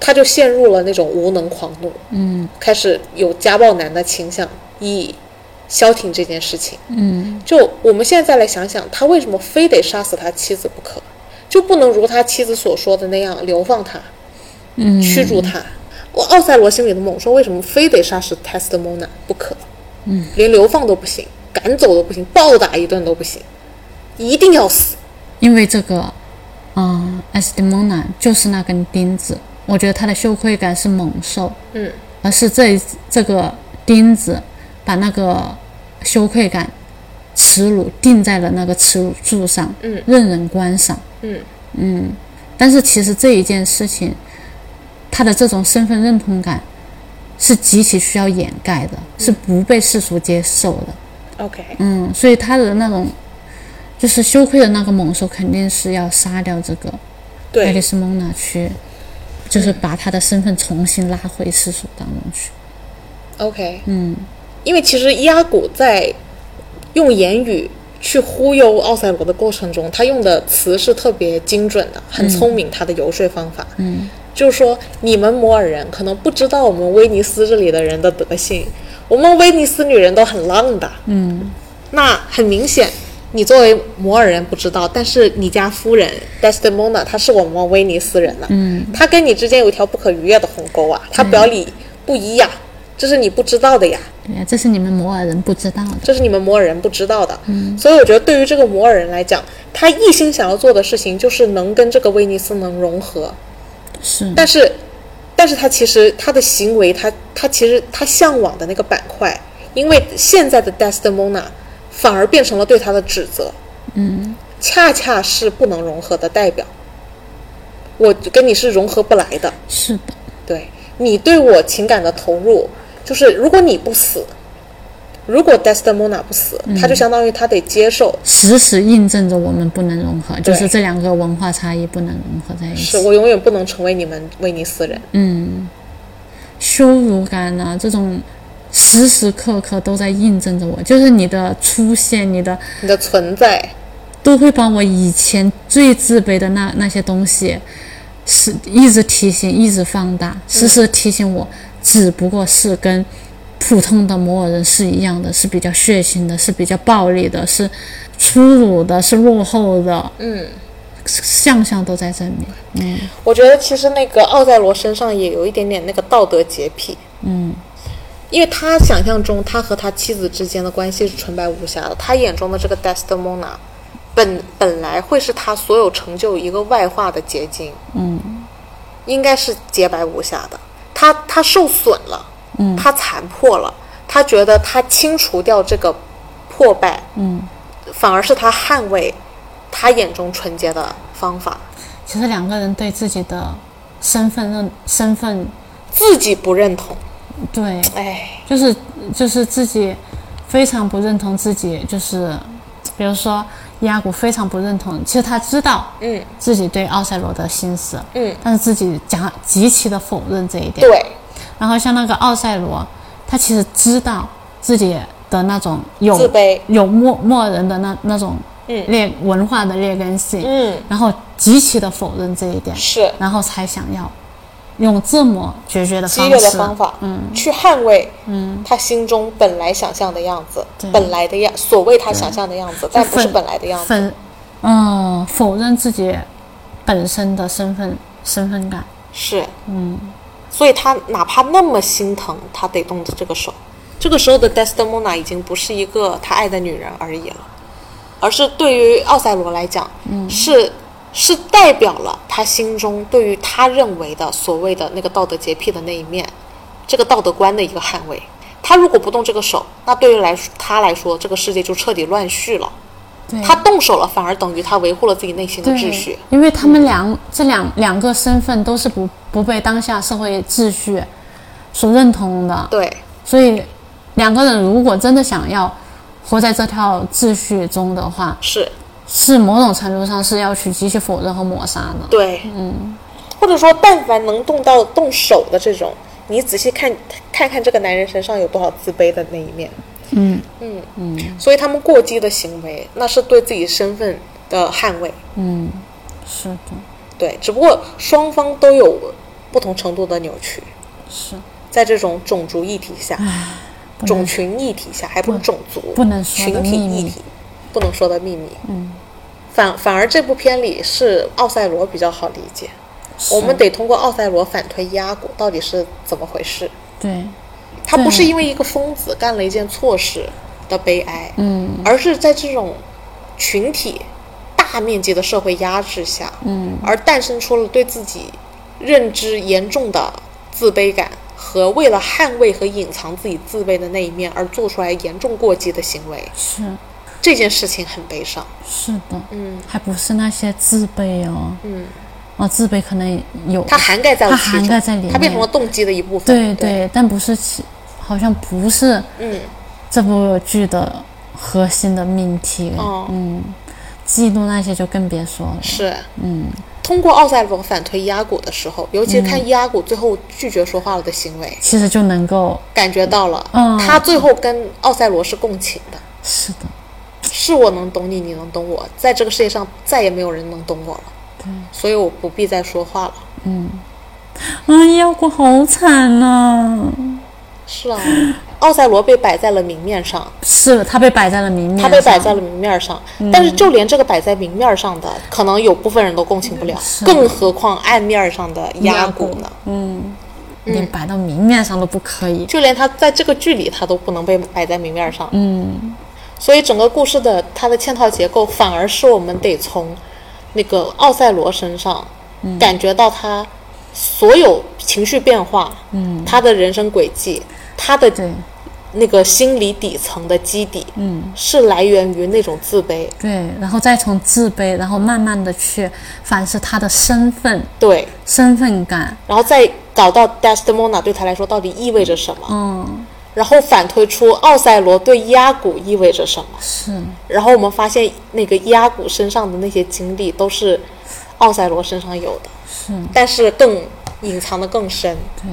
他就陷入了那种无能狂怒，
嗯
开始有家暴男的倾向，以消停这件事情。
嗯，
就我们现在再来想想，他为什么非得杀死他妻子不可？就不能如他妻子所说的那样流放他，
嗯
驱逐他？我奥赛罗心里的猛兽为什么非得杀死 Testimona 不可？嗯，连流放都不行，赶走都不行，暴打一顿都不行，一定要死。
因为这个，嗯，艾斯蒂蒙娜就是那根钉子，我觉得他的羞愧感是猛兽，
嗯，
而是这一这个钉子把那个羞愧感、耻辱定在了那个耻辱柱上，
嗯
任人观赏，
嗯
嗯但是其实这一件事情，他的这种身份认同感是极其需要掩盖的，
嗯
是不被世俗接受的，
OK，
嗯，所以他的那种就是羞愧的那个猛兽，肯定是要杀掉这个爱丽
对，
丝蒙娜去，就是把他的身份重新拉回世俗当中去。
OK，
嗯，
因为其实伊阿古在用言语去忽悠奥赛罗的过程中，他用的词是特别精准的，很聪明，他的游说方法。嗯，就是说你们摩尔人可能不知道我们威尼斯这里的人的德性，我们威尼斯女人都很浪的。嗯，那很明显。你作为摩尔人不知道，但是你家夫人 Desdemona 她是我们威尼斯人呢、嗯，她跟你之间有一条不可逾越的鸿沟啊，她表里不一呀、这是你不知道的呀。
对呀，这是你们摩尔人不知道的。
这是你们摩尔人不知道的。所以我觉得对于这个摩尔人来讲，他一心想要做的事情就是能跟这个威尼斯能融合，
是，
但是，但是他其实他的行为，他他其实他向往的那个板块，因为现在的 Desdemona 反而变成了对他的指责，
嗯，
恰恰是不能融合的代表。我跟你是融合不来的，
是的，
对你对我情感的投入，就是如果你不死，如果 Desdemona 不死，他就相当于他得接受，
时时印证着我们不能融合，就
对
是这两个文化差异不能融合在一
是
起。
我永远不能成为你们威尼斯人。
嗯，羞辱感呢、这种时时刻刻都在印证着我，就是你的出现，你的
你的存在，
都会把我以前最自卑的那那些东西，是一直提醒，一直放大，时时提醒我，只不过是跟普通的摩尔人是一样的，是比较血腥的，是比较暴力的，是粗鲁的，是落后的，
嗯，
项项都在证明。嗯，
我觉得其实那个奥赛罗身上也有一点点那个道德洁癖，嗯，因为他想象中他和他妻子之间的关系是纯白无瑕的，他眼中的这个 Desdemona，本本来会是他所有成就一个外化的结晶，嗯，应该是洁白无瑕的，他他受损了，嗯，他残破了，他觉得他清除掉这个破败，嗯，反而是他捍卫他眼中纯洁的方法，
其实两个人对自己的身份认身份，
自己不认同。
对，
哎，
就是就是自己非常不认同自己，就是比如说伊阿古非常不认同，其实他知道
嗯
自己对奥赛罗的心思，
嗯，
但是自己讲极其的否认这一点。
对，
然后像那个奥赛罗，他其实知道自己的那种有
自卑
有默默人的那那种
嗯
劣、文化的劣根性，
嗯，
然后极其的否认这一点，
是
然后才想要用这么决绝的
激
方
烈
式，
的方法，嗯，去捍卫，嗯，他心中本来想象的样子，本来的样，所谓他想象的样子，但不是
粉
本来的样子，
粉，嗯，否认自己本身的身份身份感，
是，嗯，所以他哪怕那么心疼，他得动着这个手。这个时候的 Desdemona 已经不是一个他爱的女人而已了，而是对于奥赛罗来讲，嗯，是是代表了他心中对于他认为的所谓的那个道德洁癖的那一面，这个道德观的一个捍卫。他如果不动这个手，那对于来说他来说，这个世界就彻底乱序了。
对
他动手了，反而等于他维护了自己内心的
对，
秩序。
因为他们两、这两两个身份都是不不被当下社会秩序所认同的，
对，
所以两个人如果真的想要活在这条秩序中的话，
是
是某种程度上是要去极其否认和抹杀的。
对，嗯，或者说，但凡能动到动手的这种，你仔细看看看这个男人身上有多少自卑的那一面。
嗯
嗯嗯，所以他们过激的行为，那是对自己身份的捍卫。
嗯，是的，
对，只不过双方都有不同程度的扭曲，
是
在这种种族议题下，种群议题下，还不是种族，
不能说的
群体
秘密
议题，不能说的秘密。嗯，反反而这部片里是奥赛罗比较好理解，
是
我们得通过奥赛罗反推压国到底是怎么回事。
对，
他不是因为一个疯子干了一件错事的悲哀，嗯，而是在这种群体大面积的社会压制下，嗯，而诞生出了对自己认知严重的自卑感和为了捍卫和隐藏自己自卑的那一面而做出来严重过激的行为，
是
这件事情很悲伤，
是的，
嗯，
还不是那些自卑哦，
嗯，
哦，自卑可能有，
它涵盖在了
它
其
涵
中
盖在里面
它变成了动机的一部分，
对
对，
对，但不是其，好像不是
嗯，
这部剧的核心的命题，
哦，
嫉妒那些就更别说了，
是，嗯，通过奥赛罗反推伊阿古的时候，尤其是看伊阿古最后拒绝说话了的行为，
其实就能够，
感觉到了，
嗯
他最后跟奥赛罗是共情的，
是的，
是我能懂你，你能懂我，在这个世界上再也没有人能懂我了，所以我不必再说话了。
哎呀，我好惨呐、
是啊，奥赛罗被摆在了明面上，
是他被摆在了明面
他
上，
被摆在了明面上，但是就连这个摆在明面上的，可能有部分人都共情不了，更何况暗面上的压骨呢？嗯
连摆到明面上都不可以，
就连他在这个剧里，他都不能被摆在明面上。嗯，所以整个故事的它的嵌套结构，反而是我们得从那个奥赛罗身上、感觉到他所有情绪变化，嗯，他的人生轨迹，他的
对
那个心理底层的基底，嗯，是来源于那种自卑。
对，然后再从自卑，然后慢慢的去反思他的身份、
对，
身份感，
然后再搞到 Desdemona 对他来说到底意味着什么，
嗯，
然后反推出奥赛罗对伊阿古意味着什么。
是
然后我们发现那个伊阿古身上的那些经历都是奥赛罗身上有的，
是，
但是更隐藏的更深。
对，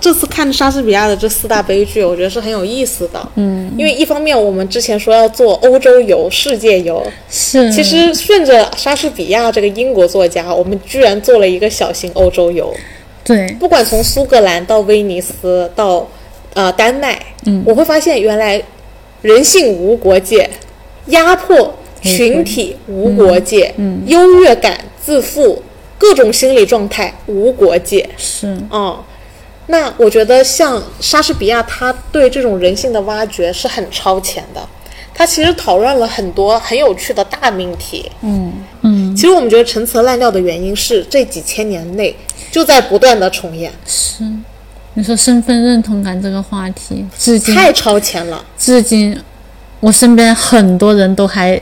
这次看莎士比亚的这四大悲剧，我觉得是很有意思的。嗯，因为一方面我们之前说要做欧洲游、世界游，
是，
其实顺着莎士比亚这个英国作家，我们居然做了一个小型欧洲游。
对
不管从苏格兰到威尼斯到呃丹麦，嗯，我会发现原来人性无国界，压迫群体无国界，嗯，优越感、自负、各种心理状态无国界，
是
哦。那我觉得像莎士比亚，他对这种人性的挖掘是很超前的。他其实讨论了很多很有趣的大命题。嗯嗯，其实我们觉得陈词滥调的原因是这几千年内就在不断的重演，
是。你说身份认同感这个话题，至今
太超前了。
至今，我身边很多人都还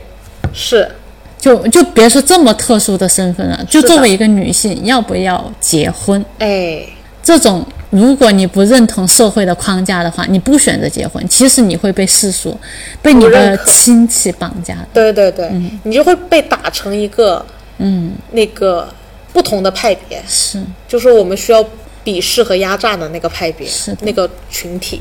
是，
就就别说这么特殊的身份了，就是
的
作为一个女性，要不要结婚？
哎，
这种，如果你不认同社会的框架的话，你不选择结婚，其实你会被世俗、被你
不认
的
可
亲戚绑架的。
对对对，你就会被打成一个嗯那个不同的派别，
是，
就是我们需要鄙视和压榨的那个派别
是，的
那个群体，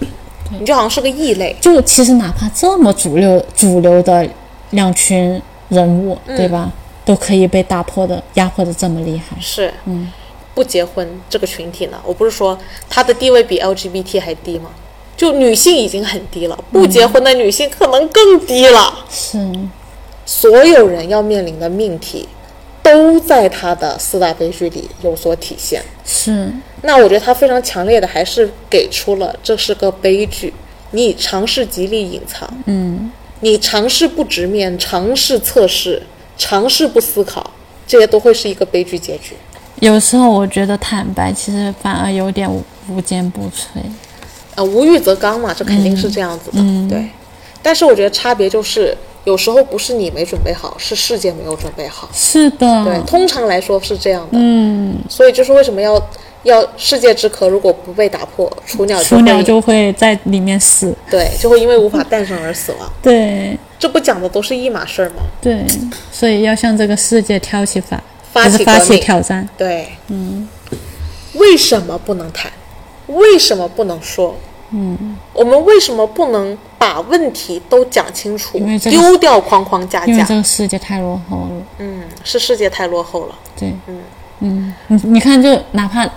你就好像是个异类。
就其实哪怕这么主流主流的两群人物，
嗯
对吧，都可以被打破的压迫的这么厉害。
是，嗯，不结婚这个群体呢，我不是说她的地位比 LGBT 还低吗？就女性已经很低了，不结婚的女性可能更低了。
是，
所有人要面临的命题，都在她的四大悲剧里有所体现。
是，
那我觉得他非常强烈的还是给出了这是个悲剧，你尝试极力隐藏，嗯，你尝试不直面，尝试测试，尝试不思考，这些都会是一个悲剧结局。
有时候我觉得坦白其实反而有点无无坚不摧。
呃，无欲则刚嘛，这肯定是这样子的，对。但是我觉得差别就是，有时候不是你没准备好，是世界没有准备好。
是
对，
的，
通常来说是这样的。嗯，所以就是为什么要要世界之壳如果不被打破，雏鸟就
雏鸟
会
就会在里面死。
对就会因为无法诞生而死亡。
对，
这不讲的都是一码事儿吗？
对，所以要向这个世界挑起反，
发
就
起
是发
革
起
命
挑战。
对，嗯，为什么不能谈？为什么不能说？嗯，我们为什么不能把问题都讲清楚
因为，这个
丢掉框框架
因为
架
这？个世界太落后了。
嗯，是世界太落后了。
对，嗯你你看，就哪怕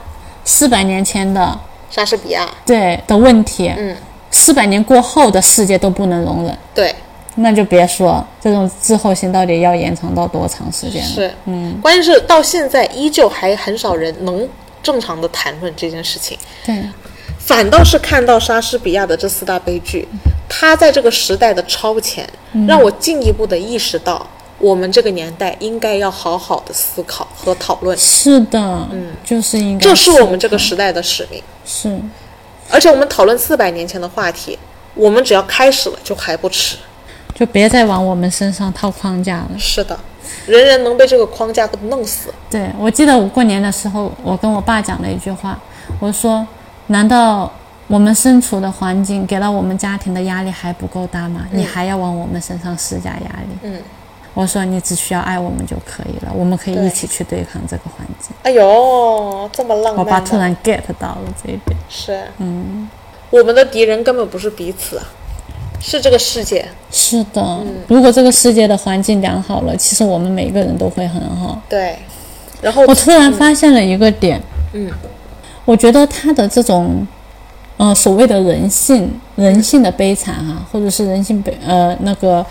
四百年前的
莎士比亚，
对的问题，嗯，四百年过后的世界都不能容忍，
对，
那就别说这种滞后性到底要延长到多长时间了。
是，嗯，关键是到现在依旧还很少人能正常的谈论这件事情，
对，
反倒是看到莎士比亚的这四大悲剧，他在这个时代的超前，让我进一步的意识到，我们这个年代应该要好好的思考和讨论，
是的，嗯，就是应该
这是我们这个时代的使命。
是
而且我们讨论四百年前的话题，我们只要开始了就还不迟。
就别再往我们身上套框架了。
是的，人人能被这个框架给弄死。
对，我记得我过年的时候，我跟我爸讲了一句话，我说：“难道我们身处的环境给到我们家庭的压力还不够大吗？你还要往我们身上施加压力？”嗯，我说：“你只需要爱我们就可以了，我们可以
对
一起去对抗这个环境。
哎呦，这么浪”
我
漫
爸
啊！
突然 get 到了这一点，
是，嗯，我们的敌人根本不是彼此啊，是这个世界。
是的，如果这个世界的环境良好了，其实我们每个人都会很好。
对，然后
我突然发现了一个点，
嗯，
我觉得他的这种，呃，所谓的人性、人性的悲惨啊，或者是人性悲呃那个，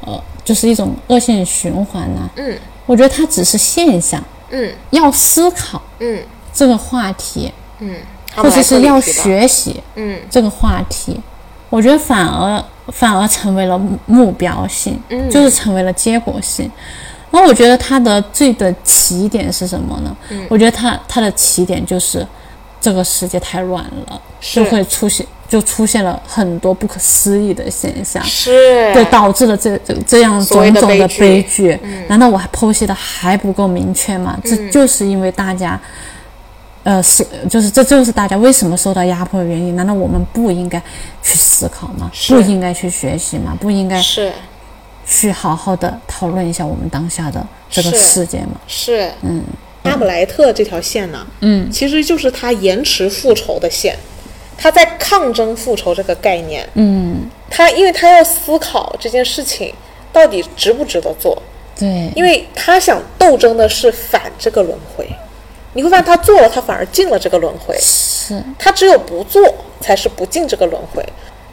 呃，就是一种恶性循环呐、
嗯，
我觉得它只是现象，
嗯
要思考
嗯
这个话题，
嗯，他
或
们
者
来
是
这里
要
提到，
学习
嗯
这个话题，我觉得反而反而成为了目目标性，
嗯
就是成为了结果性。然后我觉得它的最的起点是什么呢？
嗯
我觉得它它的起点就是这个世界太乱了，
是
就会出现就出现了很多不可思议的现象。
是
对，导致了这这这样
哎所谓
种
的
种
悲
的
剧嗯
悲剧，难道我还剖析的还不够明确吗？这就是因为大家，呃，是就是这就是大家为什么受到压迫的原因。难道我们不应该去思考吗？不应该去学习吗？不应该
是
去好好的讨论一下我们当下的这个
是
世界吗？
是，嗯，阿姆莱特这条线呢，嗯，其实就是他延迟复仇的线，他在抗争复仇这个概念，嗯，他因为他要思考这件事情到底值不值得做，
对，
因为他想斗争的是反这个轮回，你会发现他做了，他反而进了这个轮回，
是
他只有不做才是不进这个轮回。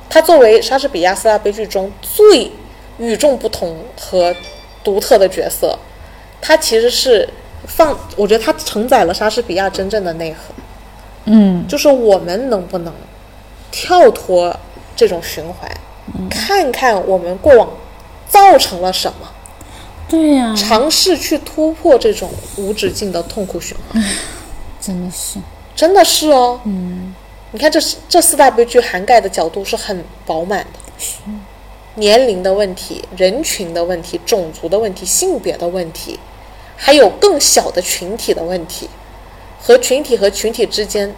他作为莎士比亚四大悲剧中最与众不同和独特的角色，他其实是放，我觉得他承载了莎士比亚真正的内核。嗯，就是我们能不能跳脱这种循环，看看我们过往造成了什么，
对呀、
尝试去突破这种无止境的痛苦循环。
真的是
真的是哦，嗯，你看这是这四大悲剧涵盖的角度是很饱满的，年龄的问题、人群的问题、种族的问题、性别的问题，还有更小的群体的问题，和群体和群体之间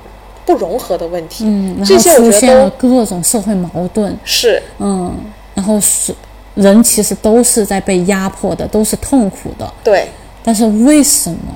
不融合的问题，
嗯，然
这
后
些我
出
觉
现了
得都
各种社会矛盾，
是
嗯，然后是人其实都是在被压迫的，都是痛苦的。
对，
但是为什么，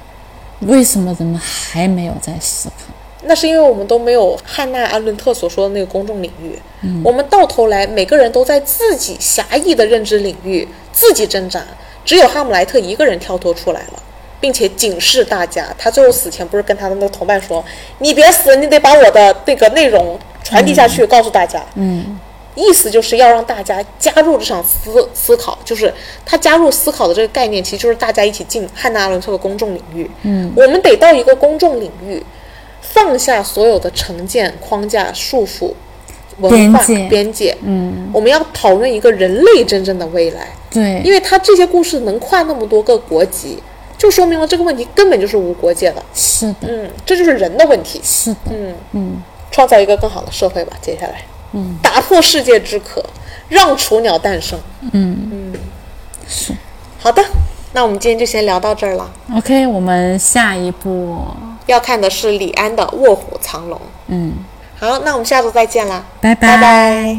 为什么人们还没有在思考？
那是因为我们都没有汉娜·阿伦特所说的那个公众领域，我们到头来每个人都在自己狭义的认知领域自己挣扎，只有哈姆莱特一个人跳脱出来了，并且警示大家。他最后死前不是跟他的那个同伴说：“你别死，你得把我的那个内容传递下去，告诉大家。”嗯。意思就是要让大家加入这场思思考，就是他加入思考的这个概念，其实就是大家一起进汉娜·阿伦特的公众领域。嗯，我们得到一个公众领域，放下所有的成见、框架、束缚、文化
边界
边界。嗯，我们要讨论一个人类真正的未来，
对，
因为他这些故事能跨那么多个国籍，就说明了这个问题根本就是无国界的。
是的，
嗯，这就是人的问题。
是的，
创造一个更好的社会吧，接下来，嗯，打破世界之壳，让雏鸟诞生。嗯嗯，
是。
好的，那我们今天就先聊到这儿了。
OK，我们下一步，
要看的是李安的《卧虎藏龙》。嗯，好，那我们下周再见啦，
拜
拜拜